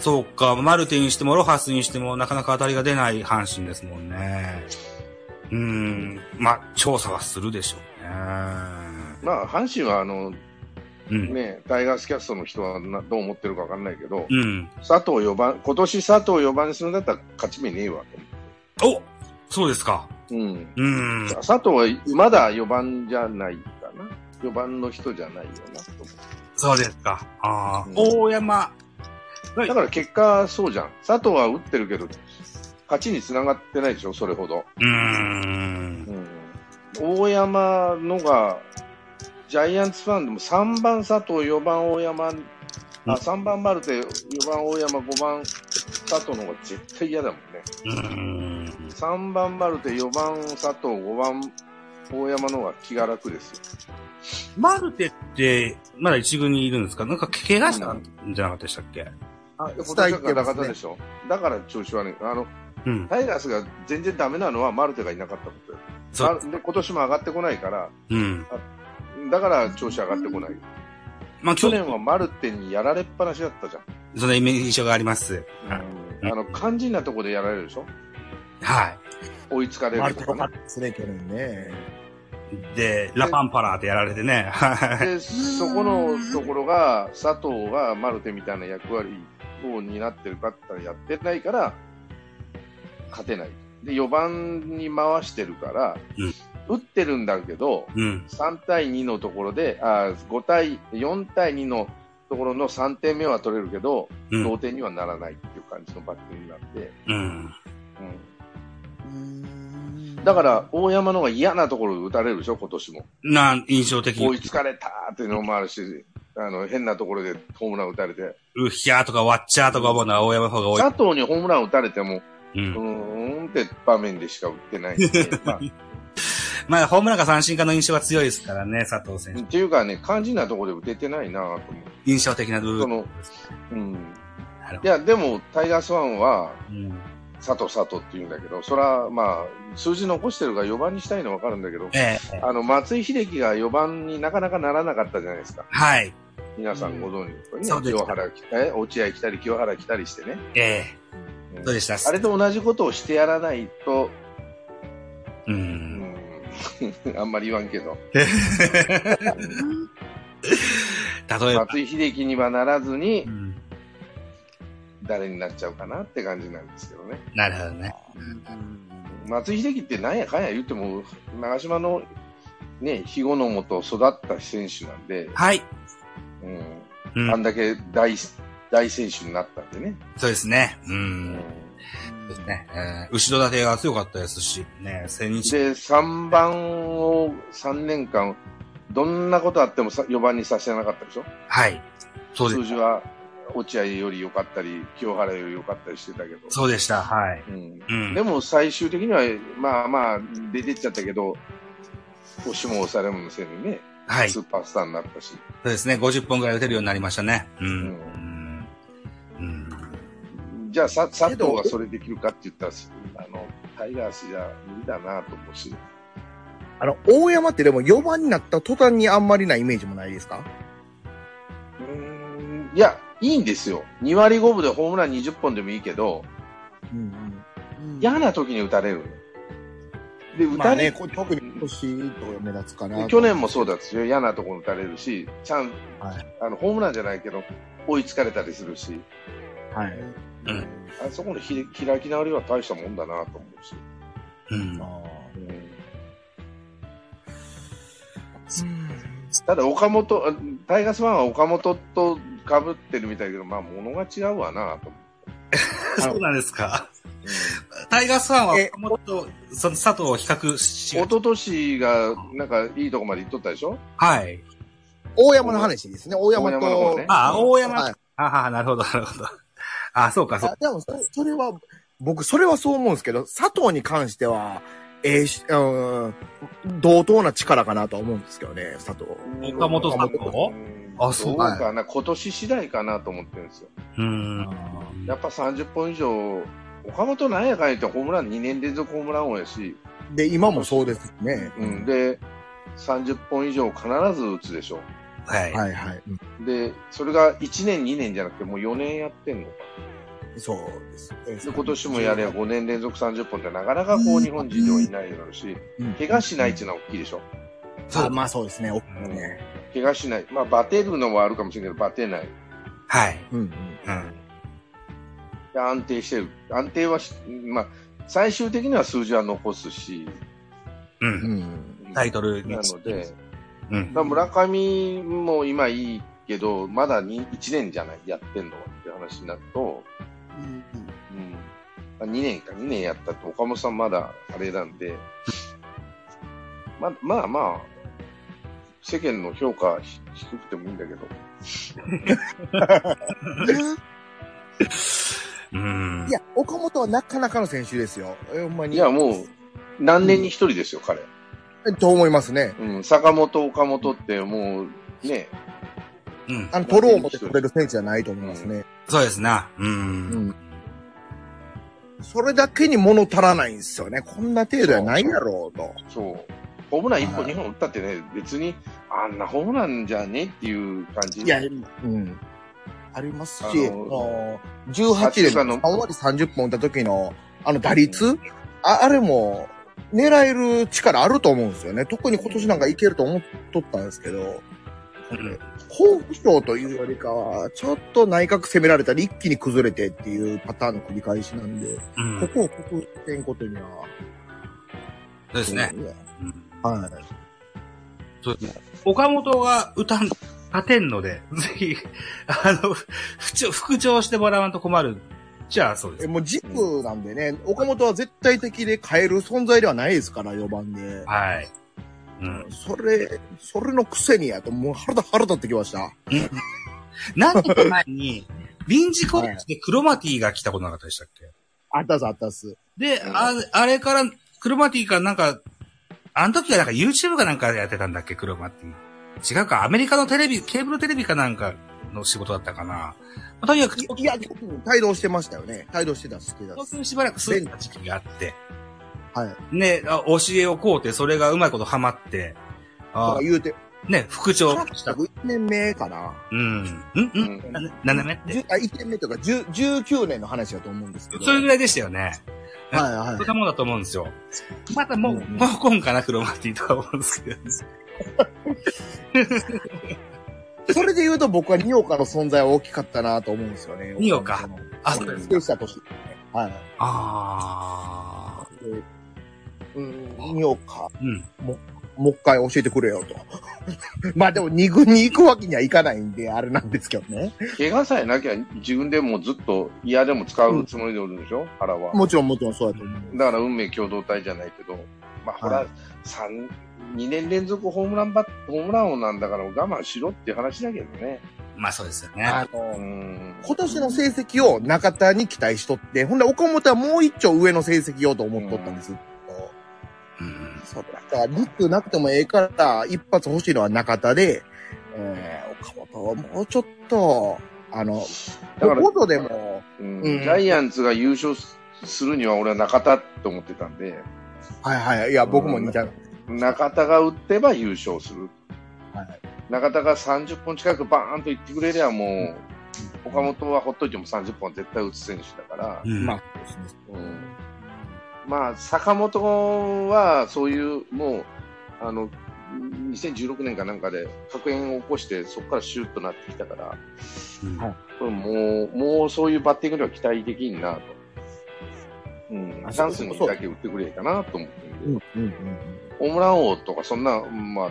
S1: そうか。マルテにしてもロハスにしてもなかなか当たりが出ない阪神ですもんね。うん。まあ、調査はするでしょ
S2: れないまあ、阪神はあの、
S1: うね。うん。
S2: ね、タイガースキャストの人はなどう思ってるかわかんないけど、
S1: うん。
S2: 佐藤4番、今年佐藤4番にするんだったら勝ち目ねえわ
S1: おそうですか。
S2: と。うん。
S1: うん。
S2: 佐藤はまだ4番じゃないかな。4番の人じゃないよなと思う
S1: そうですか。ああ
S2: う。ん
S1: 大山。
S2: だから結果、そうじゃん。佐藤は打ってるけど、勝ちにつながってないでしょ、それほど。
S1: うーん。
S2: 大山のが、ジャイアンツファンでも3番佐藤、4番大山、あ3番マルテ、4番大山、5番佐藤の方が絶対嫌だもん
S1: うーん。
S2: ね。3番マルテ、4番佐藤、5番大山の方が気が楽ですよ。
S1: マルテって、まだ一軍にいるんですかなんか、怪我したんじゃなかったでしたっけ
S4: あ
S2: 今
S4: 伝
S2: 年
S4: え
S2: は
S4: てま
S2: ガタガ
S4: す
S2: タ
S4: ね
S2: で。しょ。だから調子悪い。あの、
S1: うん。
S2: タイガースが全然ダメなのはマルテがいなかったことだよ
S1: そ
S2: まで今年も上がってこないから、
S1: うん。
S2: だから調子上がってこない。
S1: まあ、去
S2: 去
S1: 年、
S2: 年はマルテにやられっぱなしだったじゃん。
S1: そのイメージ印象があります。
S2: あの、肝心なとこでやられるでしょ
S1: は
S2: 追いつかれ
S4: マル
S2: る
S4: テ
S2: と
S4: 良か
S2: か
S4: っ
S2: な。
S4: たですね、去年ね。
S1: い。で、ラパンパラーってやられてね。
S2: で、そこのところが、佐藤がマルテみたいな役割を担ってるかって言ったらやってないから、勝てない。で、4番に回してるから、打ってるんだけど、
S1: うん。
S2: 3対2のところで、あ5対、4対2のところの3点目は取れるけど、
S1: う
S2: 同
S1: ん。
S2: 点にはならないっていう感じのバッティングになって、
S1: うん。
S2: う
S3: うーん
S2: ん、だか、ら大山の方が嫌なところで打たれるでしょ、今年も。
S1: なん、印象的
S2: 追
S1: に
S2: い。つかれたっていうのもあるし、あの変なところでホームラン打たれて、
S1: うひゃーとかわっちゃーとか思うのは大山の方が多い。
S2: 佐藤にホームラン打たれても、
S1: う。
S2: うんーんって場面でしか打ってないんで、まあ、
S1: まあ、ホームランか三振かの印象が強いですからね、佐藤選手。
S2: っていうかね、肝心なところで打ててないなと思う。
S1: 印象的な部
S2: そ
S1: 分。
S2: のうん、
S1: なるほ
S2: いや、でもタイガースファンは、
S1: ど。うん。
S2: 佐藤佐藤って言うんだけど、それはまあ、数字残してるから4番にしたいのはわかるんだけど、
S1: ええ。
S2: あの、松井秀喜が4番になかなかならなかったじゃないですか。
S1: はい。
S2: 皆さんご存知です
S1: そ
S2: か
S1: うで
S2: ね。
S1: す
S2: 清原来たり、落合来たり、清原来たりしてね。
S1: ええ。
S2: うん
S1: どうでした
S2: あれと同じことをしてやらないと、
S1: う。
S2: うんん あんまり言わんけど、
S1: 例えば。
S2: 松井秀喜にはならずに
S1: う、ん。
S2: 誰になっちゃうかなって感じなんですけどね。
S1: なるほどね。
S2: 松井秀喜ってなんやかんや言っても、長島のね、肥後のもと育った選手なんで、
S1: はい。
S2: う、
S1: うん
S2: あん
S1: ん。
S2: だけ大、大選手になったんでね。
S1: そうですね。う。
S2: うん
S1: そうですね。えー、後ろ盾が強かったですし、ね、千日。
S2: で、3番を3年間、どんなことあっても4番にさせなかったでしょ
S1: はい。そうで
S2: 数字は落合より良かったり、清原より良かったりしてたけど。
S1: そうでした。はい。
S2: うん
S1: うん。
S2: でも最終的には、まあまあ、出てっちゃったけど、押しも押されもせずね、
S1: はい。
S2: ス
S1: そ
S2: ーパースターになったし、
S1: うですね。50本ぐらい打てるようになりましたね。うん。うん。うん、
S2: じゃあさ佐藤がそれできるかって言ったら、あの、タイガースじゃ無理だなと思うし、
S4: あの、大山ってでも4番になった途端にあんまりなイメージもないですか
S2: うーんいや、いいんですよ。2割5分でホームラン20本でもいいけど、
S4: うん
S3: うん
S2: 嫌な時に打たれるの。で、
S4: うん。
S2: 打
S4: まあ
S2: た
S4: ね、
S2: れ、
S4: こ特に今年とか目立つかな。
S2: 去年もそうだったですよ。嫌なところに打たれるし、チャン、
S4: はい
S2: あの、ホームランじゃないけど、追いつかれたりするし、
S4: はい。
S1: うん
S2: あそこのひ開き直りは大したもんだなと思うし。
S1: うん
S4: あ。ー
S2: ただ、岡本、あタイガースファンは岡本と被ってるみたいだけど、まあ、物が違うわなと思
S1: そうなんですか。タイガースファンは
S4: え
S1: もっと、その佐藤を比較し
S2: 一、昨年が、なんか、いいとこまで行っとったでしょ
S1: はい。
S4: 大山の話ですね。大山と。
S2: 大山の方ね
S1: ああ、大山。
S4: はい
S1: ああ、なるほど、なるほど。ああ、そうか、そう
S4: あでもそ、それは、僕、それはそう思うんですけど、佐藤に関しては、えーしうん、同等な力かなとは思うんですけどね、佐藤。
S1: 岡本さんと
S2: うん
S1: あそう
S2: どうかな、今年次第かなと思ってるんですよ。
S1: うーん。
S2: やっぱ30本以上、岡本なんやかんやってホームラン2年連続ホームラン王やし、
S4: で、今もそうですね。
S2: うん、で、30本以上必ず打つでしょ。
S1: はい。
S4: はいはい。うん
S2: で、それが1年、2年じゃなくてもう4年やってんの。
S4: そうですね。
S2: で、今年もやれば5年連続30本ってなかなかこう日本人ではいないだろうし、
S4: うん
S2: 怪我しないっていうのは大きいでしょ。
S4: あまあそうですね。大きいね
S2: 怪我しない。まあ、バテるのもあるかもしれないけど、バテない。
S1: はい。
S4: うんうん。
S1: うん。
S2: で安定してる。安定はし、まあ、最終的には数字は残すし、
S1: う。
S4: うんん。
S1: タイトルに
S2: なので、
S1: うん。
S2: だから村上も今いいけど、まだに1年じゃない、やってんのはっていう話になると、
S3: うんうん
S2: うん、2年か、2年やったって、岡本さんまだあれなんで、ままあまあ、世間の評価ひ低くてもいいんだけど、
S1: うん
S4: い。や、岡本はなかなかの選手ですよ。えほんまに。
S2: いやもう、何年に一人ですよ、彼。
S4: う。と思いますね。
S2: うん、坂本、岡本ってもう、ね、
S1: うん。
S4: あの、取ろう思って取れる選手じゃないと思いますね。
S1: そうですな。う。
S4: うんん。それだけに物足らないんですよね。こんな程度はないやろうと。
S2: そう、ホームラン1本、
S4: はい
S2: 2本打ったってね、別に、あんなホームランじゃねっていう感じ。
S4: いや、うん。ありますし、あ
S2: あ
S4: の
S2: の
S4: 18で
S2: あの
S4: 3割30本打った時の、あの打率ああれも、狙える力あると思うんですよね。特に今年なんかいけると思っとったんですけど、
S1: うん
S4: 好不調というよりかは、ちょっと内閣攻められたり一気に崩れてっていうパターンの繰り返しなんで、
S1: うん。そ
S4: こ
S1: う
S4: こを克服してんことには。
S1: ですね。うん
S4: はい。
S1: そうですね。岡本が歌ん、立てんので、ぜひ、あの、復調、復調してもらわんと困る。じゃあ、そうで
S4: え、
S1: す。
S4: もうジップなんでね、岡本は絶対的で変える存在ではないですから、4番で。
S1: はい。うん。
S4: それ、それのくせにやと、もう腹立、腹立ってきました。
S1: 何年か前に、臨時コーチでクロマティが来たことなかったでしたっけ
S4: あったっす、あったっす。
S1: で、ああれから、クロマティかなんか、あの時はなんか YouTube かなんかやってたんだっけ、クロマティ。違うか、アメリカのテレビ、ケーブルテレビかなんかの仕事だったかな。まあとにかく、
S4: いいや、帯同してましたよね。帯同してたっす、してたっ
S1: 東
S4: す。
S1: 京にしばらく住んでた時期があって、
S4: はい。
S1: ね、あ教えをこうて、それがうまいことハマって、
S4: と
S1: あ
S4: か言うて、
S1: ね、復調した。
S4: 1年目かな。
S1: うん。うん
S2: う
S1: うん
S2: ん
S1: な斜めって。
S4: 10あ1年目とか、10 19年の話だと思うんですけど。
S1: それぐ
S4: い。
S1: らいでしたよね。
S4: はいはい
S1: そ。んなもんだと思うんですよ。またもう、
S4: うんうん
S1: もうこんかな、クロマティとは思うんですけど。
S4: それで言うと僕は二岡の存在は大きかったなと思うんですよね。
S1: 二岡。あ、そうです
S4: スペースした年。はい。
S1: ああ。
S4: でうん、二岡、
S1: うん。
S4: もう一回教えてくれよと。 まあでも二軍に行くわけにはいかないんで、あれなんですけどね。
S2: 怪我さえなきゃ自分でもうずっと嫌でも使うつもりでおるんでしょ、原は。
S4: もちろんもちろんそうだと思う。
S2: だから運命共同体じゃないけど、まあほ
S4: は
S2: ら
S4: い、
S2: 三2年連続ホームランバッホームラン王なんだから我慢しろっていう話だけどね。
S1: まあそうですよね。
S4: あ
S2: う
S4: の、
S2: ん。
S4: 今年の成績を中田に期待しとって、ほんで岡本はもう一丁上の成績をと思っとったんです。
S1: うん
S4: そうだから、リックなくてもええから、一発欲しいのは中田で、えー、岡本はもうちょっと、あの、
S2: だから
S4: ここでも、
S2: うん
S4: うん
S2: ジャイアンツが優勝すするには俺は中田と思ってたんで、
S4: はいはい、いや、僕も似た、
S2: 中田が打ってば優勝する。
S4: はい
S2: 中田が30本近くバーンといってくれりゃもう、岡本はほっといても30本絶対打つ選手だから、
S1: うん
S4: まあ、そうですね
S2: うんまあ、坂本はそういう、もう、あの、2016年かなんかで、確変を起こして、そこからシュッとなってきたから、
S1: うん
S4: はい
S2: これもう、もうそういうバッティングには期待できんなと。うん、
S4: あ
S2: チャンスにだけ打ってくれたなと思って
S4: うん
S2: で、
S4: んうんうん
S2: ホームラン王とか、そんな、まあ、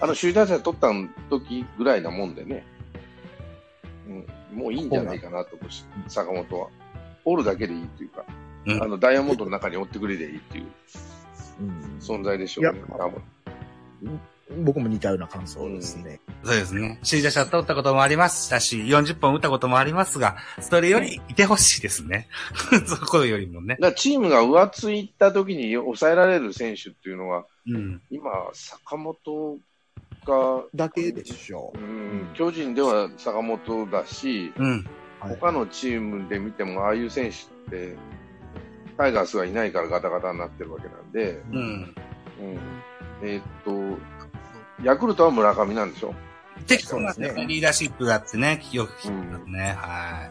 S2: あの、首位打者取った時ぐらいなもんでね、うん、もういいんじゃないかなと思うし、坂本は。おるだけでいいっていうか、
S1: うん
S2: あの、ダイヤモンドの中に追ってくれでいいっていう
S4: うん
S2: 存在でしょうね
S4: い。や
S2: 多分
S4: 僕も似たような感想ですね。
S1: そうですね。シージャシャット打ったこともありましたし、40本打ったこともありますが、それよりいてほしいですね。 そこよりもね
S2: だ。からチームが上ついた時に抑えられる選手っていうのは、
S1: うん。
S2: 今、坂本が、
S4: だけでしょ
S2: う
S4: う。
S2: ん、巨人では坂本だし、
S1: うん。
S4: はい
S2: 他のチームで見ても、ああいう選手って、タイガースがいないからガタガタになってるわけなんで、
S1: う
S4: う
S1: ん。
S4: ん
S2: うん、えーっと、ヤクルトは村上なんでしょ
S1: 適当な
S4: そうですね
S1: リーダーシップがあってね、よく聞きますね。は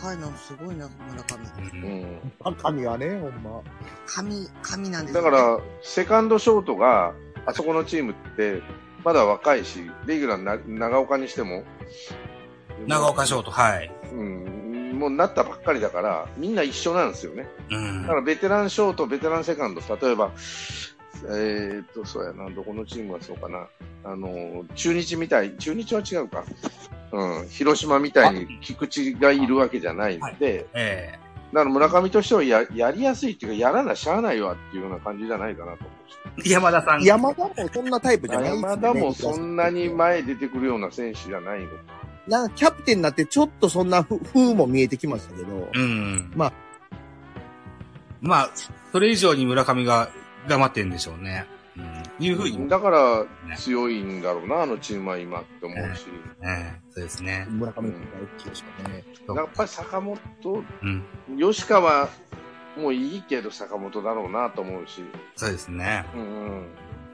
S3: 若いのすごいな、村上。
S1: い。う。
S2: うんん、
S4: 神はね、ほんま。
S3: 神、神なんです
S2: だ
S3: よ
S2: か
S3: ね、
S2: ら、セカンド、ショートが、あそこのチームって、まだ若いし、レギュラーな長岡にしても、
S1: 長岡翔と、はい。
S2: うん、もうなったばっかりだから、みんな一緒なんですよね。
S1: う
S2: だ
S1: ん
S2: か。らベテランショート、ベテランセカンド、例えば、えーっと、そうやな、どこのチームはそうかな、あの、中日みたい、中日は違うか、うん、広島みたいに菊池がいるわけじゃないので、
S1: え
S2: だから村上としてはややりやすいっていうか、やらなしゃあないわっていうような感じじゃないかなと思う
S1: え
S2: し。
S1: 山田さん。
S4: 山田もそんなタイプじゃないですね
S2: 山田もそんなに前出てくるような選手じゃないの。
S4: なんかキャプテンになってちょっとそんなふ風も見えてきましたけど
S1: う、ん。
S4: まあ。
S1: まあ、それ以上に村上が頑張ってんでしょうね。うん。いうふうに、ね。
S2: だから強いんだろうな、あのチームは今って思うし。
S1: そうですね。
S4: 村上君が大きいでしょうね。
S2: やっぱり坂本、
S1: うん。
S2: 吉川もういいけど坂本だろうなと思うし。
S1: そうですね。
S2: うん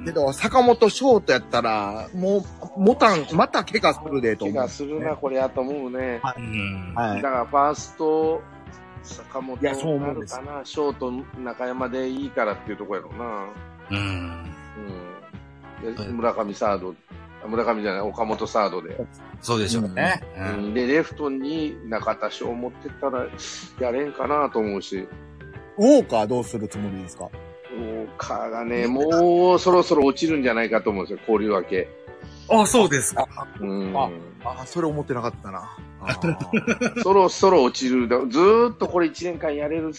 S4: けど、坂本ショートやったら、もう、もたん、また怪我するでと
S2: 気
S4: 思う、
S2: がするな、これやと思うね。
S1: うん。
S4: は
S2: だ
S4: い。
S2: からファースト、坂本
S4: いやそう思
S2: にな
S4: うん
S2: る
S4: です
S2: かな、ショート、中山でいいからっていうところやろうな。
S1: うん。
S2: うんで
S1: はい
S2: 村上サード、あ村上じゃない、岡本サードで。
S1: そうでしょうね。う。
S2: うんんで、レフトに中田翔を持ってったら、やれんかなと思うし、
S4: ウォーカーどうするつもりですか
S2: もう、かがね、もうそろそろ落ちるんじゃないかと思うんですよ、交流明け。
S1: あ、そうですか。
S2: うん
S4: あああ、それ思ってなかった な。あー
S2: そろそろ落ちる。だずーっとこれ1年間やれる、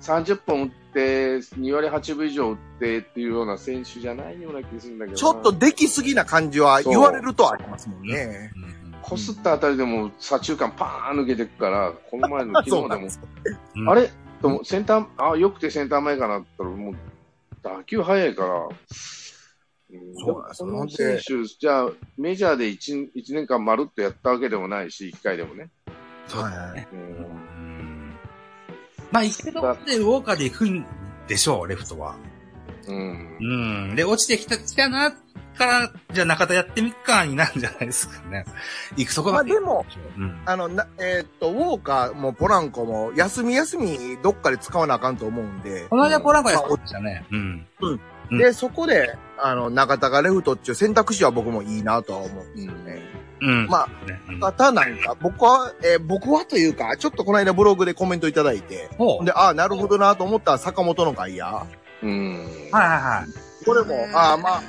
S2: 30本打って、2割8分以上打ってっていうような選手じゃないような気がするんだけどな。
S4: ちょっとできすぎな感じは言われるとはありますもんね。
S2: こすったあたりでも左中間パーン抜けてくから、この前の昨
S4: そう
S2: 日で
S4: なん
S2: も
S4: で、すか。
S1: うん
S2: あれと思うセンター、あ、よくてセンター前かなって言ったら、もう、打球速いから、うん
S4: そうなんですよ
S2: この選手、じゃあ、メジャーで 1, 一年間まるっとやったわけでもないし、1回でもね。
S1: そう
S4: はい
S1: だ
S4: はい
S1: ね。
S2: う
S1: うんんまあ、一けどでウォーカーで行くんでしょう、レフトは。
S2: うん
S1: うん。で、落ちてきた、来たな、から、じゃあ中田やってみっか、になるんじゃないですかね。行くとこ
S4: ま
S1: ま
S4: あ
S1: で。
S4: でも、
S1: うん。
S4: あの、なえーっと、ウォーカーもポランコも、休み休みどっかで使わなあかんと思うんで、
S1: この間ポランコやってましたね。うん。うん
S4: で、そこで、あの、中田がレフトっていう選択肢は僕もいいなとは思うんですよね。
S1: うん。
S4: まあ、
S1: ねうん
S4: 中田なんか、僕は、えー僕はというか、ちょっとこの間ブログでコメントいただいて、
S1: ほう。
S4: で、ああ、なるほどなと思ったら坂本の外野。
S2: うん
S1: はいはいはい。
S4: これも
S3: う、ん
S4: ああ、まあ、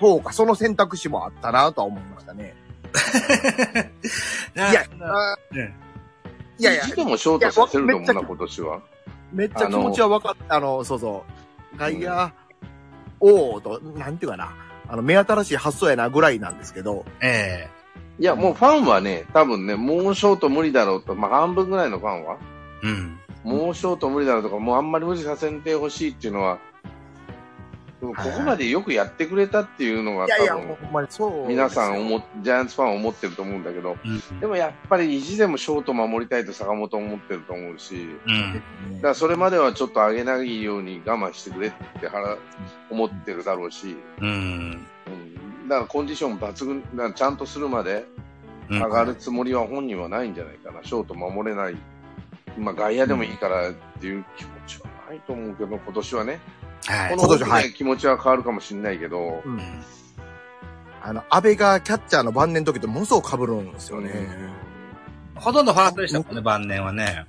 S4: そうか、その選択肢もあったなとは思いましたね。
S1: い
S4: いや、
S1: ね
S4: いやいや
S2: 意、地でもショートさせると思うな、今年は。
S4: めっちゃ気持ちは分かった。あの、そうそう。外野、おおと、なんていうかな。あの、目新しい発想やなぐらいなんですけど、
S1: え
S2: いや、もうファンはね、多分ね、もうショート無理だろうと、まあ半分ぐらいのファンは、
S1: えうん。
S2: もうショート無理だろうとか、もうあんまり無理させんでほしいっていうのは、でもここまでよくやってくれたっていうのが、
S4: いやいや、
S2: 多
S4: ほ
S2: 分、
S4: んまにそうですよ。
S2: 皆さん思、ジャイアンツファンは思ってると思うんだけど、
S1: うん。
S2: でもやっぱり意地でもショート守りたいと坂本思ってると思うし、
S1: うん。
S2: だからそれまではちょっと上げないように我慢してくれって腹、思ってるだろうし、
S1: うん。
S2: うん、だからコンディション抜群、だからちゃんとするまで
S1: うん
S2: 上がるつもりは本人はないんじゃないかな、ショート守れない、まあ外野でもいいからっていう気持ちはないと思うけど、今年はね、
S1: はい。
S2: この
S4: 今年
S2: 時
S4: は
S2: ね、気持ちは変わるかもしれないけど、
S4: うん
S1: うん
S4: あの、安倍がキャッチャーの晩年の時とものすごく被るんですよね。
S1: ほとんどファーストでしたもんね、晩年はね。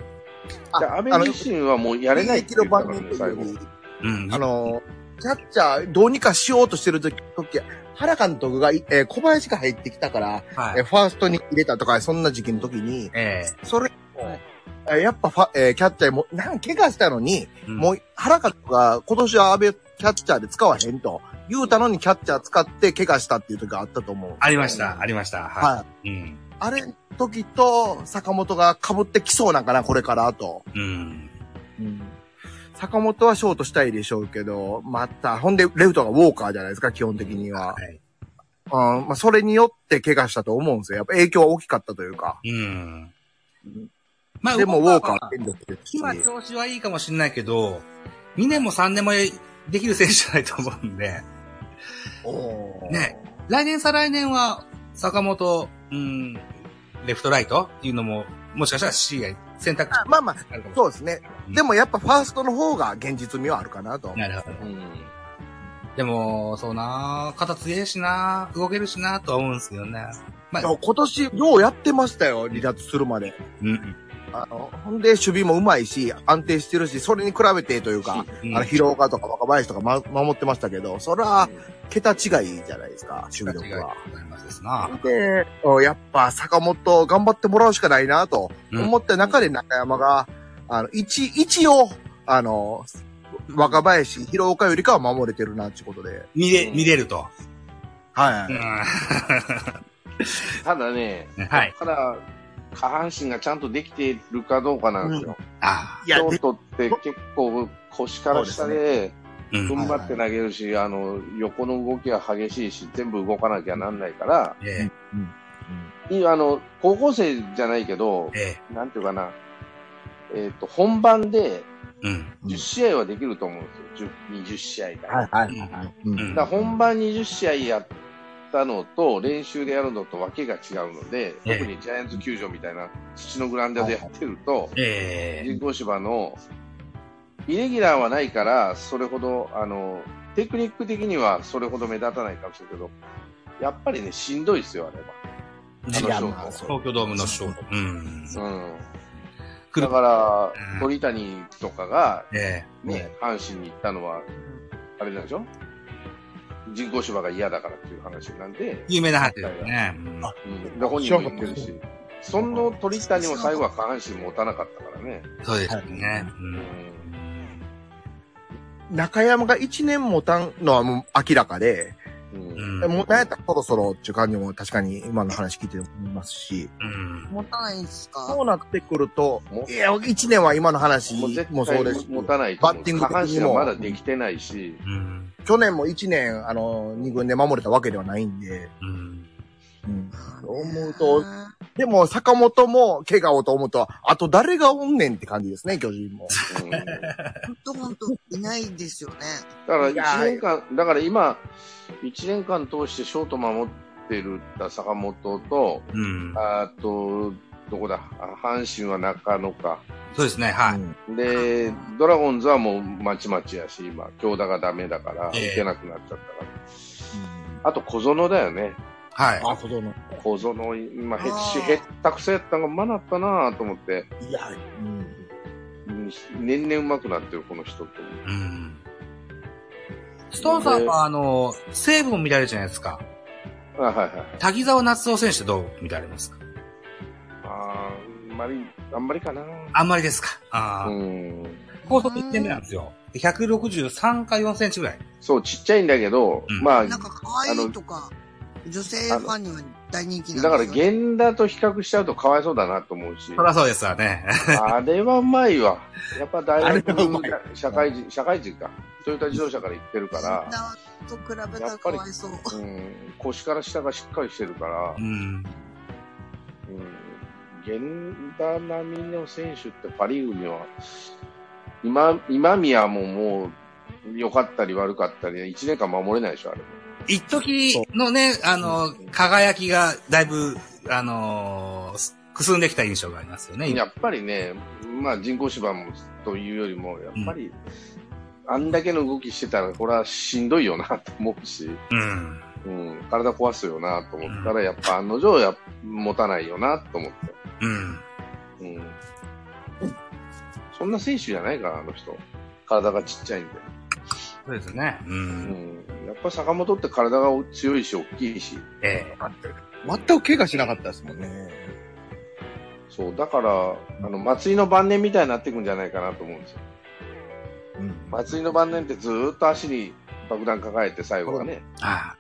S2: で安倍自身はもうやれないって
S4: 現
S2: 言
S4: 役
S2: っ
S4: の晩年
S2: たからね
S4: とい
S2: 最
S4: うよ
S2: 後。
S4: り
S1: うん。
S4: あの、キャッチャーどうにかしようとしてる時、時原監督が、えー小林が入ってきたから、
S1: は
S4: えー
S1: い。
S4: ファーストに入れたとか、そんな時期の時に、
S1: ええ。
S4: それを、えーやっぱファ、えーキャッチャーも、なん怪我したのに、
S1: うん
S4: もう原監督が今年は安倍キャッチャーで使わへんと、言うたのにキャッチャー使って怪我したっていう時があったと思う。
S1: ありました、ありました。は
S4: はい。
S1: い。うん。
S4: あれの時と坂本が被ってきそうなんかな、これからあと。
S1: うん。
S4: 坂本はショートしたいでしょうけど、また、ほんで、レフトがウォーカーじゃないですか、基本的には。
S1: はい。
S4: うん、まあ、それによって怪我したと思うんですよ。やっぱ影響は大きかったというか。
S1: うん。ま
S4: でも、ウォーカー
S1: は
S4: は権力ですし。
S1: 今調子はいいかもしれないけど、2年も3年もできる選手じゃないと思うんで、ね来年再来年は坂本、うん、レフトライトっていうのも、もしかしたら C が選択肢
S4: まあまあ、
S1: になるかもし
S4: そうですね
S1: う。ん
S4: でもやっぱファーストの方が現実味はあるかなと
S1: れ。ない。なるほど。
S2: うん。
S1: でも、そうな肩強えしな動けるしなとは思うんですよね。
S4: いや今年、ようやってましたよ、離脱するまで。
S1: うん。
S4: あの、ほんで、守備も上手いし、安定してるし、それに比べてというか、
S1: うん
S4: あの、広岡とか若林とか、ま、守ってましたけど、そら、桁違いじゃないですか、守備
S1: 違い
S4: 力は。
S1: ございますですな。
S4: で、おやっぱ坂本頑張ってもらうしかないなと
S1: うん
S4: 思った中で中山が、あの、一、一応、あの、若林、広岡よりかは守れてるなっていうことで。
S1: 見れ、見れると。
S4: は
S1: う
S4: い。
S1: ん。
S2: ただね、
S1: はい。
S2: ただ、下半身がちゃんとできているかどうかなんですよ。
S1: ああ。
S4: いや
S2: ショートって結構腰から下で
S1: うん。
S2: 踏ん張って投げるし、あの、横の動きが激しいし、全部動かなきゃなんないから、
S1: え
S2: いいあの、高校生じゃないけど
S1: え、、え
S2: なんていうかな、えっ、と、本番で
S1: え。うん。
S4: うん
S2: 10試合はできると思うんですよ。10 20試合が。
S4: はいはいはい
S1: は
S4: はい。
S1: うん
S2: だから本番20試合やったのと、練習でやるのとわけが違うので、
S1: ええ
S2: 特にジャイアンツ球場みたいな土のグラウンドでやってると、
S1: ええ
S2: 人工芝のイレギュラーはないから、それほどあのテクニック的にはそれほど目立たないかもしれないけど、やっぱりね、しんどいですよ、あれ
S4: 違
S2: は。あ
S4: う
S2: の
S4: な
S2: シ
S4: そ
S2: ョー
S1: 東京ドームのショート。うん。
S2: ト。うん
S1: 来
S2: だ
S1: る
S2: か
S1: うん
S2: ら、鳥谷とかが、
S1: え
S2: ね、阪神に行ったのは、あれなんでしょ人工芝が嫌だからっていう話なんで、
S1: え。有名な話ですよね。うん
S2: うん、で本人も言ってるし、その鳥谷も最後は下半身持たなかったからね。
S1: そうですよね。うん
S2: うん
S4: 中山が1年もたんのはもう明らかで、
S2: うん
S1: うん。うん。
S4: もうなんやったらそろそろっていう感じも確かに今の話聞いて思いますし、
S1: うん。
S3: 持たないんすか
S4: そうなってくると
S2: も、
S4: いや、1年は今の話
S2: もう絶
S4: もそうですし
S2: 対持たないと思う
S4: バッティング
S2: 下
S4: 的
S2: 半
S4: に
S2: 身
S4: も
S2: はまだできてないし、
S1: うん。
S4: 去年も1年、あの、2軍で守れたわけではないんで、
S1: うん。
S4: 思うとでも、坂本も怪我をと思うと、あと誰がおんねんって感じですね、巨人も。
S2: うんだか
S3: 本当本当いないですよね。
S2: ら
S4: い
S2: 一
S4: や
S2: 年間、だから今、1年間通してショート守ってる坂本と、
S1: うん。
S2: あと、どこだ、あ阪神は中野か。
S1: そうですね。は
S4: う
S1: い。
S4: ん
S2: で、ドラゴンズはもうまちまちやし、今、京田がダメだから、
S1: ええ
S2: 打てなくなっちゃったから。あと小園だよね。
S1: はい。
S4: あ、ほどの。
S2: 小園、今、へっ
S3: あ
S2: し、
S3: ー
S2: へったくそやったんがうまなったなぁと思って、
S4: いや、うん。
S2: うん年々うまくなってる、この人って。
S1: うん。ストーンさんは、あの、西武も見られるじゃないですか。
S2: あはいはい。
S1: 滝沢夏夫選手どう見られますか
S2: あーあんまり、あんまりかな
S1: あんまりですか。ああ。
S2: うん。
S1: 高速1点目なんですよ。で163か4センチぐらい。
S2: そう、ちっちゃいんだけど、
S1: うん
S2: まあ、
S3: な
S2: だ
S3: んか
S2: か
S3: 可愛いとか、女性ファンには大人気なん
S2: ら
S3: ですよ、ね。
S2: 源田と比較しちゃうとかわいそうだなと思 う
S1: そ、
S2: し
S1: りゃそうですわね。
S2: あれはうまいわ。やっぱ大
S4: あれはうま
S2: 学
S4: い、
S2: 社会人、社会人か。トヨタ自動車から行ってるから、
S3: と比べたらかわいそう。
S2: うん、腰から下がしっかりしてるから
S1: う、ん。
S2: 源田並みの選手ってパ・リーグには今今宮ももう良かったり悪かったり1年間守れないでしょあれも
S1: 一時のね、あの、輝きがだいぶ、あのーくすんできた印象がありますよね、
S2: や
S1: 今。
S2: っぱりね、まあ、人工芝もというよりもやっぱり、あんだけの動きしてたらこれはしんどいよなと思うし、
S1: うん。
S2: うん、体壊すよなと思ったらやっぱ案の定や持たないよなと思って、
S1: うん。
S2: うん、そんな選手じゃないからあの人体がちっちゃいんで。
S1: そうですね。う。
S2: うんんやっぱ坂本って体が強いし、大きいし、
S1: ええ
S4: 全く怪我しなかったですもんね。
S2: そう、だから、あの、祭りの晩年みたいになっていくんじゃないかなと思うんですよ。
S4: うん
S2: 祭りの晩年ってずーっと足に爆弾抱えて最後はね。
S1: あ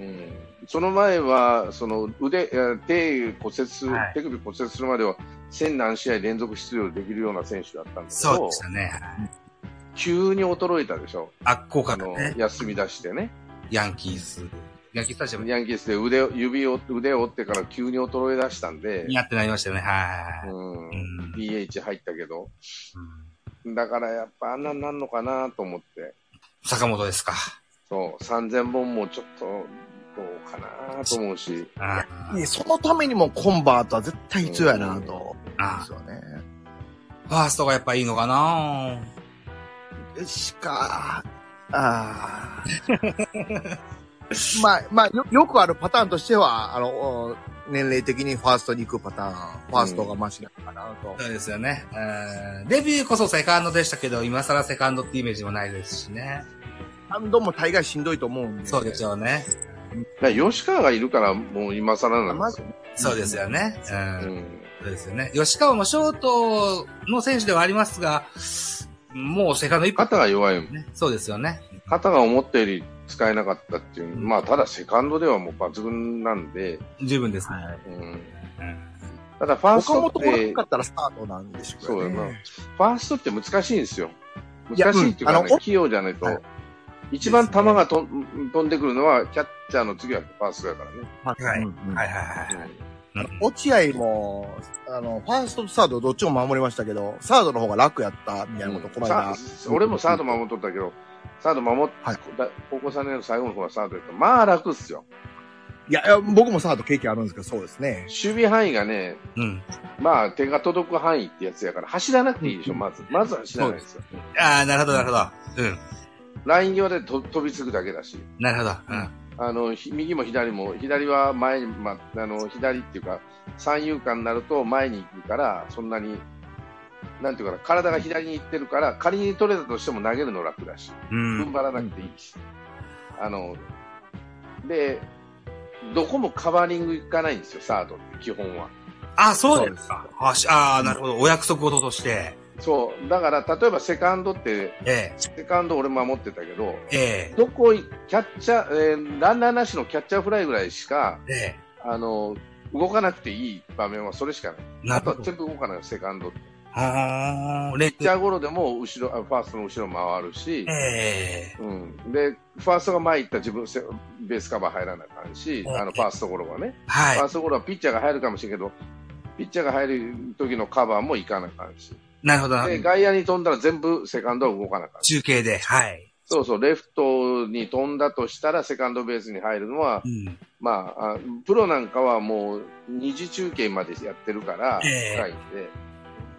S2: うん。その前は、その腕、いや手骨折する、
S1: はい
S2: 手首骨折するまでは、千何試合連続出場できるような選手だったんだけ
S1: そう
S2: ど
S1: でし、たね。
S2: 急に衰えたでしょ。
S1: あっこ
S2: あ
S1: か
S2: の、
S1: ね。
S2: 休み出してね。
S1: ヤンキース。ヤンキースタジアム
S2: ヤンキースで腕を、指を、腕を折ってから急に衰え出したんで、
S1: にやってなりましたよね。はい。
S2: うん
S1: う。ん
S2: DH 入ったけど、だからやっぱあんなになんのかなと思って。
S1: 坂本ですか。
S2: そう、3000本もちょっと、どうかなと思うし、
S1: あー
S4: ね、そのためにもコンバートは絶対必要やなと。
S1: あ
S4: ですよね。
S1: ー。ファーストがやっぱいいのかな
S4: しか、ああ。 まあ、まあよ、よくあるパターンとしては、あの、お年齢的にファーストに行くパターン、ファーストがマシなのかなと。
S1: そうですよね。うんデビューこそセカンドでしたけど、今更セカンドってイメージもないですしね。
S4: 何度も大概しんどいと思うんで。
S1: そうでしょうね。
S2: だから吉川がいるから、もう今更なんですよ。
S1: そうですよね。うん
S2: うん、
S1: そうですよね。吉川もショートの選手ではありますが、もうセカンド一発
S2: 肩が弱い、
S1: ね。そうですよね。
S2: 肩が思ったより使えなかったっていう、
S1: うん
S2: まあ、ただセカンドではもう抜群なんで、
S1: 十分ですね。
S2: うん、
S1: うん
S2: ただファース
S4: 岡
S2: トっ
S4: 本が
S2: て、
S4: な
S2: フ
S4: かったらスタートなんでしょう
S2: そうや
S4: ね
S2: な。ァーストって難しいんですよ。
S4: いや
S2: 難しいっていうか、
S4: う
S2: ね
S4: んあの
S2: 器用じゃないと、
S4: はい
S2: 一番球がと飛んでくるのは、キャッチャーの次はファーストだからね。
S1: はい
S4: うんうん
S1: はいはいはい。うん
S4: 落合も、あの、ファーストとサードどっちも守りましたけど、サードの方が楽やったみたいなこと、この
S2: さ
S4: 間。
S2: 俺もサード守っとったけど、サード守っ、
S4: はい
S2: だ高校3年の最後の方はサードやった。まあ楽っすよ。
S4: いや、いや僕もサード経験あるんですけど、そうですね。
S2: 守備範囲がね、
S1: うん。
S2: まあ手が届く範囲ってやつやから、走らなくていいでしょ、まず。まずは走らないですよ。
S1: ああ、なるほど、なるほど。うん。
S2: ライン際でと飛びつくだけだし、
S1: なるほど。うん。
S2: あの、ひ右も左も、左は前に、ま、あの、左っていうか、三遊間になると前に行くから、そんなに、なんていうかな、体が左に行ってるから、仮に取れたとしても投げるの楽だし。
S1: うん
S2: 踏ん張らなくていいし、あの、で、どこもカバーリング行かないんですよ、サードって基本は。
S1: あ、そうですか。あしあー、なるほど。お約束事として。
S2: そう、だから例えばセカンドって、
S1: え
S2: セカンド俺守ってたけど、
S1: え、え
S2: どこい、キャッチャー、えーランナーなしのキャッチャーフライぐらいしか、
S1: え、え
S2: あの、動かなくていい場面はそれしかない。
S1: え。な
S2: あ
S1: るほ
S2: とは
S1: ど。
S2: 全部動かない、セカンドって。
S1: あー、レッ
S2: ピッチャーゴロでも後ろ、あファーストの後ろ回るし
S1: え、え、
S2: うん。で、ファーストが前行ったら自分、セベースカバー入らなあかんし、あの、ファーストゴロはね。
S1: はい
S2: ファー。ストゴロはピッチャーが入るかもしれんけど、ピッチャーが入る時のカバーもいかなかんし、
S1: なるほど。
S2: で外野に飛んだら全部セカンドは動かなかんし、
S1: 中継で、はい。
S2: そうそう、レフトに飛んだとしたら、セカンドベースに入るのは
S1: う、ん。
S2: まあ、あプロなんかはもう2次中継までやってるから、
S1: ええ
S2: 深いん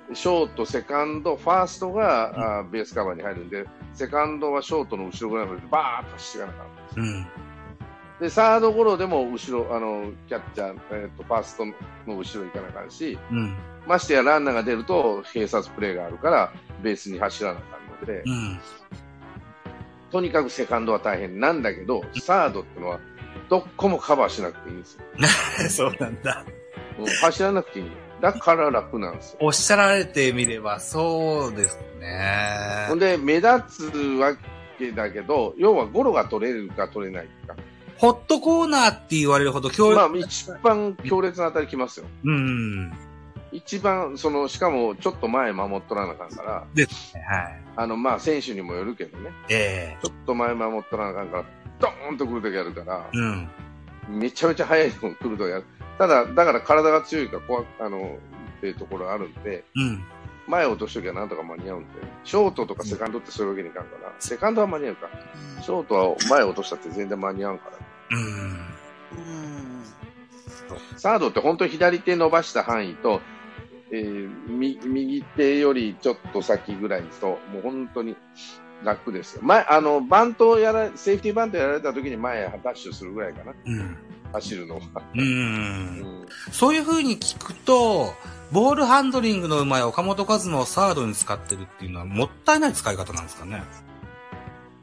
S2: で、ショート、セカンド、ファーストが、あベースカバーに入るんで、セカンドはショートの後ろぐらいまでバーッと走っていかなあかん。
S1: うん。
S2: で、サードゴロでも後ろ、あの、キャッチャー、えっ、と、ファーストの後ろ行かなあかんし、
S1: うん。
S2: ましてやランナーが出ると併殺プレーがあるからベースに走らなあかんので、
S1: うん。
S2: とにかくセカンドは大変なんだけど、サードってのはどこもカバーしなくていいんです
S1: そ
S2: よ。
S1: うなんだ。
S2: うん走らなくていいんだよ。だから楽なんですよ。
S1: おっしゃられてみれば、そうですね
S2: ほん。で、目立つわけだけど、要はゴロが取れるか取れないか。
S1: ホットコーナーって言われるほど強
S2: ま
S1: 力。
S2: あ、一番強烈な当たりきますよ。
S1: うん。は
S2: 一番、その、しかもちょっと前守っとらなあかんから、
S1: い。
S2: あの、まあ、選手にもよるけどね、
S1: ええ。
S2: ちょっと前守っとらなあかんから、ドーンと来るときあるから、
S1: うん。
S2: めちゃめちゃ速いのが来るとやる。ただ、だから体が強いか怖く、あの、っていうところあるんで、
S1: うん。
S2: 前を落としときゃなんとか間に合うんで、ショートとかセカンドってそういうわけにいかんから、セカンドは間に合うか。ショートは前を落としたって全然間に合うから。
S1: うん。
S3: うん。
S2: サードって本当に左手伸ばした範囲と、えーみ右手よりちょっと先ぐらいと、もう本当に楽ですよ。前、あの、バントをやら、セーフティーバントやられた時に前へダッシュするぐらいかな、
S1: うん。
S2: 走るのは。
S1: う。
S2: うんん
S1: そういう風に聞くと、ボールハンドリングのうまい岡本和真をサードに使ってるっていうのはもったいない使い方なんですかね。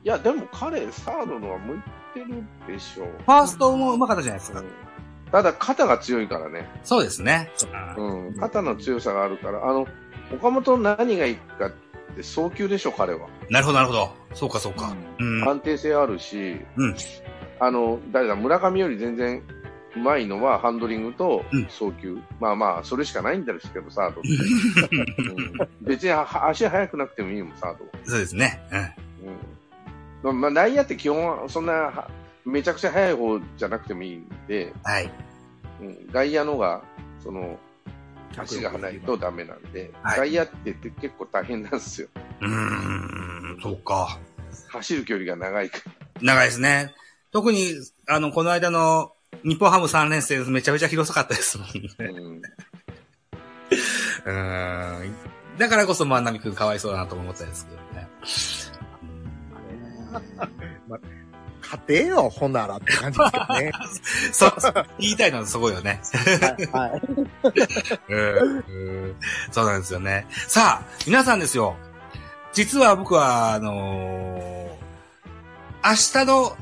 S2: いや、でも彼、サードのは向いてるでしょう。
S1: ファーストもうまかったじゃないですか。
S2: うんただ肩が強いからね。
S1: そうですね。
S2: うん。肩の強さがあるから、あの、岡本の何がいいかって、早球でしょ、彼は。
S1: なるほど、なるほど。そうか、そうか。うん。
S2: 安定性あるし、
S1: うん
S2: あの誰だ村上より全然うまいのはハンドリングと
S1: うん
S2: 送球、まあまあ、それしかないんですけど、サードって、うん別には足速くなくてもいいもん、サードは
S1: そうですね。うん。
S2: うんまあ、内野って基本はそんなはめちゃくちゃ速い方じゃなくてもいいんで、
S1: はい。
S2: うん、外野のがその足が速いとダメなんで、
S1: は
S2: 外野ってって結構大変なんですよ、
S1: うーん、そうか。
S2: 走る距離が長いから。
S1: 長いですね。特に、あの、この間の日本ハム3連戦、めちゃめちゃ広かったですもんね。
S2: うん
S1: うーん。だからこそ、万波くんかわいそうだなとも思ったんですけどね。
S4: 勝てよ、ほんならって感じですけど ね。
S1: そう、言いたいのはすごいよね。
S4: はいはい。
S1: うんうんそうなんですよね。さあ、皆さんですよ。実は僕は、あのー明日の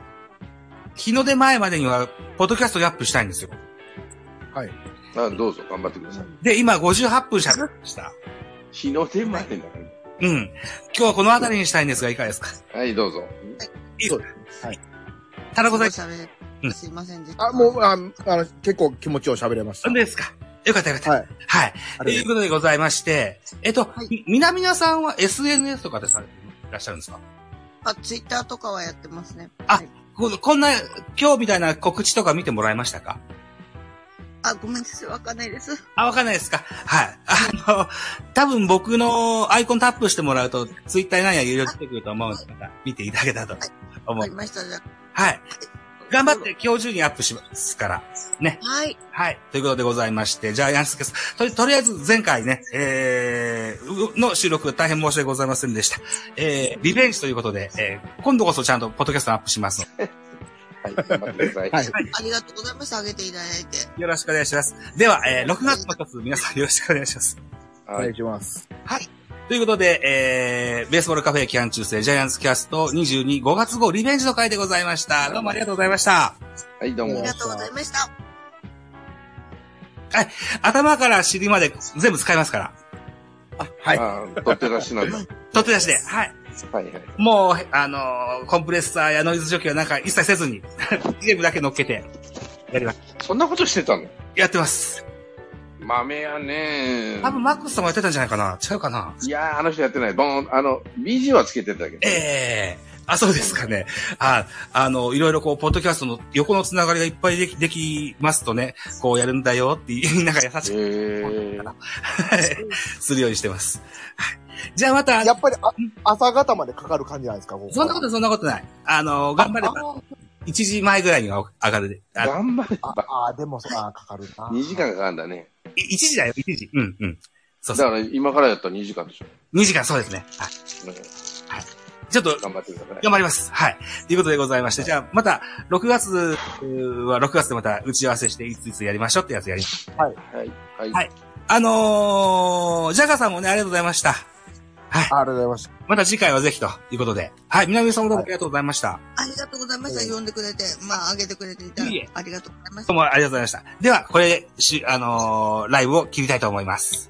S1: 日の出前までには、ポッドキャストにアップしたいんですよ。
S4: はい。
S2: あどうぞ頑張ってください。
S1: で、今58分喋りました。
S2: 日の出前だから。
S1: うん。今日はこの辺りにしたいんですが、いかがですか
S2: はい、どうぞ。
S1: 田中さん、
S3: すごい喋
S1: うん
S3: すいませんでした。
S4: あ、もう、ああの、結構気持ちを喋れました。
S1: 何ですかよかったよかった。
S4: はい。
S1: はい。と
S4: あり
S1: いう
S4: がと
S1: ことでございまして、えっと、
S3: はい
S1: み南皆さんは SNS とかでされていらっしゃるんですか
S3: あ、ツイッターとかはやってますね。
S1: あ
S3: はい
S1: このこんな、今日みたいな告知とか見てもらいましたか
S3: あ、ごめんなさい、わかんないです。
S1: あ、わかんないですかはい。あの、多分僕のアイコンタップしてもらうと、ツイッターなんやいろいろ出てくると思うんで、また見ていただけたらと思
S3: わかり
S1: う。
S3: ました、じゃあ。
S1: はい。頑張って今日中にアップしますから。
S3: はい。
S1: はい。ということでございまして、じゃあ、ヤンスケさん。とり、とりあえず前回ね、えー、うの収録大変申し訳ございませんでした。えー、リベンジということで、えー、今度こそちゃんとポッドキャストアップしますので、
S2: はい、頑張ってください。
S4: はい
S3: ありがとうございました。あげていただいて。
S1: よろしくお願いします。では、えー、6月の一つ、皆さんよろしくお願いします。
S4: う。お
S2: は
S4: 願
S2: い
S4: い、します。
S1: ということで、えー、ベースボールカフェ期間中世ジャイアンツキャスト22、5月号リベンジの回でございました。どうもありがとうございました。
S2: はい、どう
S3: あり
S2: も
S3: が。とうございました。
S1: 頭から尻まで全部使いますから。
S4: あ、はい。
S2: あー取って出しなんだ。
S1: 取って出しで。はい。
S2: はい、はい。
S1: もう、あのーコンプレッサーやノイズ除去はなんか一切せずに、 ゲームだけ乗っけて、やります。
S2: そんなことしてたの
S1: やってます。
S2: 豆やね
S1: 多分マックスさんもやってたんじゃないかな違うかない
S2: やー、あの人やってない。ボーン、あの、BG はつけてたけど。
S1: ええあ、そうですかね。あ、あの、いろいろこう、ポッドキャストの横のつながりがいっぱいでき、できますとね、こうやるんだよって、なんか優しく
S2: えー
S1: するようにしてます。はいじゃあまた、
S4: やっぱり、あ朝方までかかる感じなんですか、ここ
S1: そんなことそんなことない。あの、頑張れば、1時前ぐらいには上がるで。あ
S2: 頑張れ
S4: あ
S2: ば。
S4: あー、でも、そうあーかかるな。
S2: 2時間かかるんだね。
S1: い1時だよ、1時。うん、うん。そうそ
S2: だか
S1: う。
S2: ら今からやったら2時間でしょ。
S1: 2時間、そうですね。はい
S2: うん
S1: ちょっと、
S2: 頑張ってください。
S1: 頑張ります。はい。ということでございまして、じゃあ、また、6月は6月でまた打ち合わせして、いついつやりましょうってやつやります。
S2: はい、はい。
S1: はいあのー、ジャガさんもね、ありがとうございました。はい。
S4: ありがとうございました。
S1: また次回はぜひということで。はい。南さんもどうもありがとうございました。
S3: ありがとうございまし
S4: ええ
S3: た。呼んでくれて、まあ、あげてくれていた
S1: いえいえ。
S3: ありがとうございま
S1: ど
S3: した
S1: う。もありがとうございました。では、これで、し、あのーライブを切りたいと思います。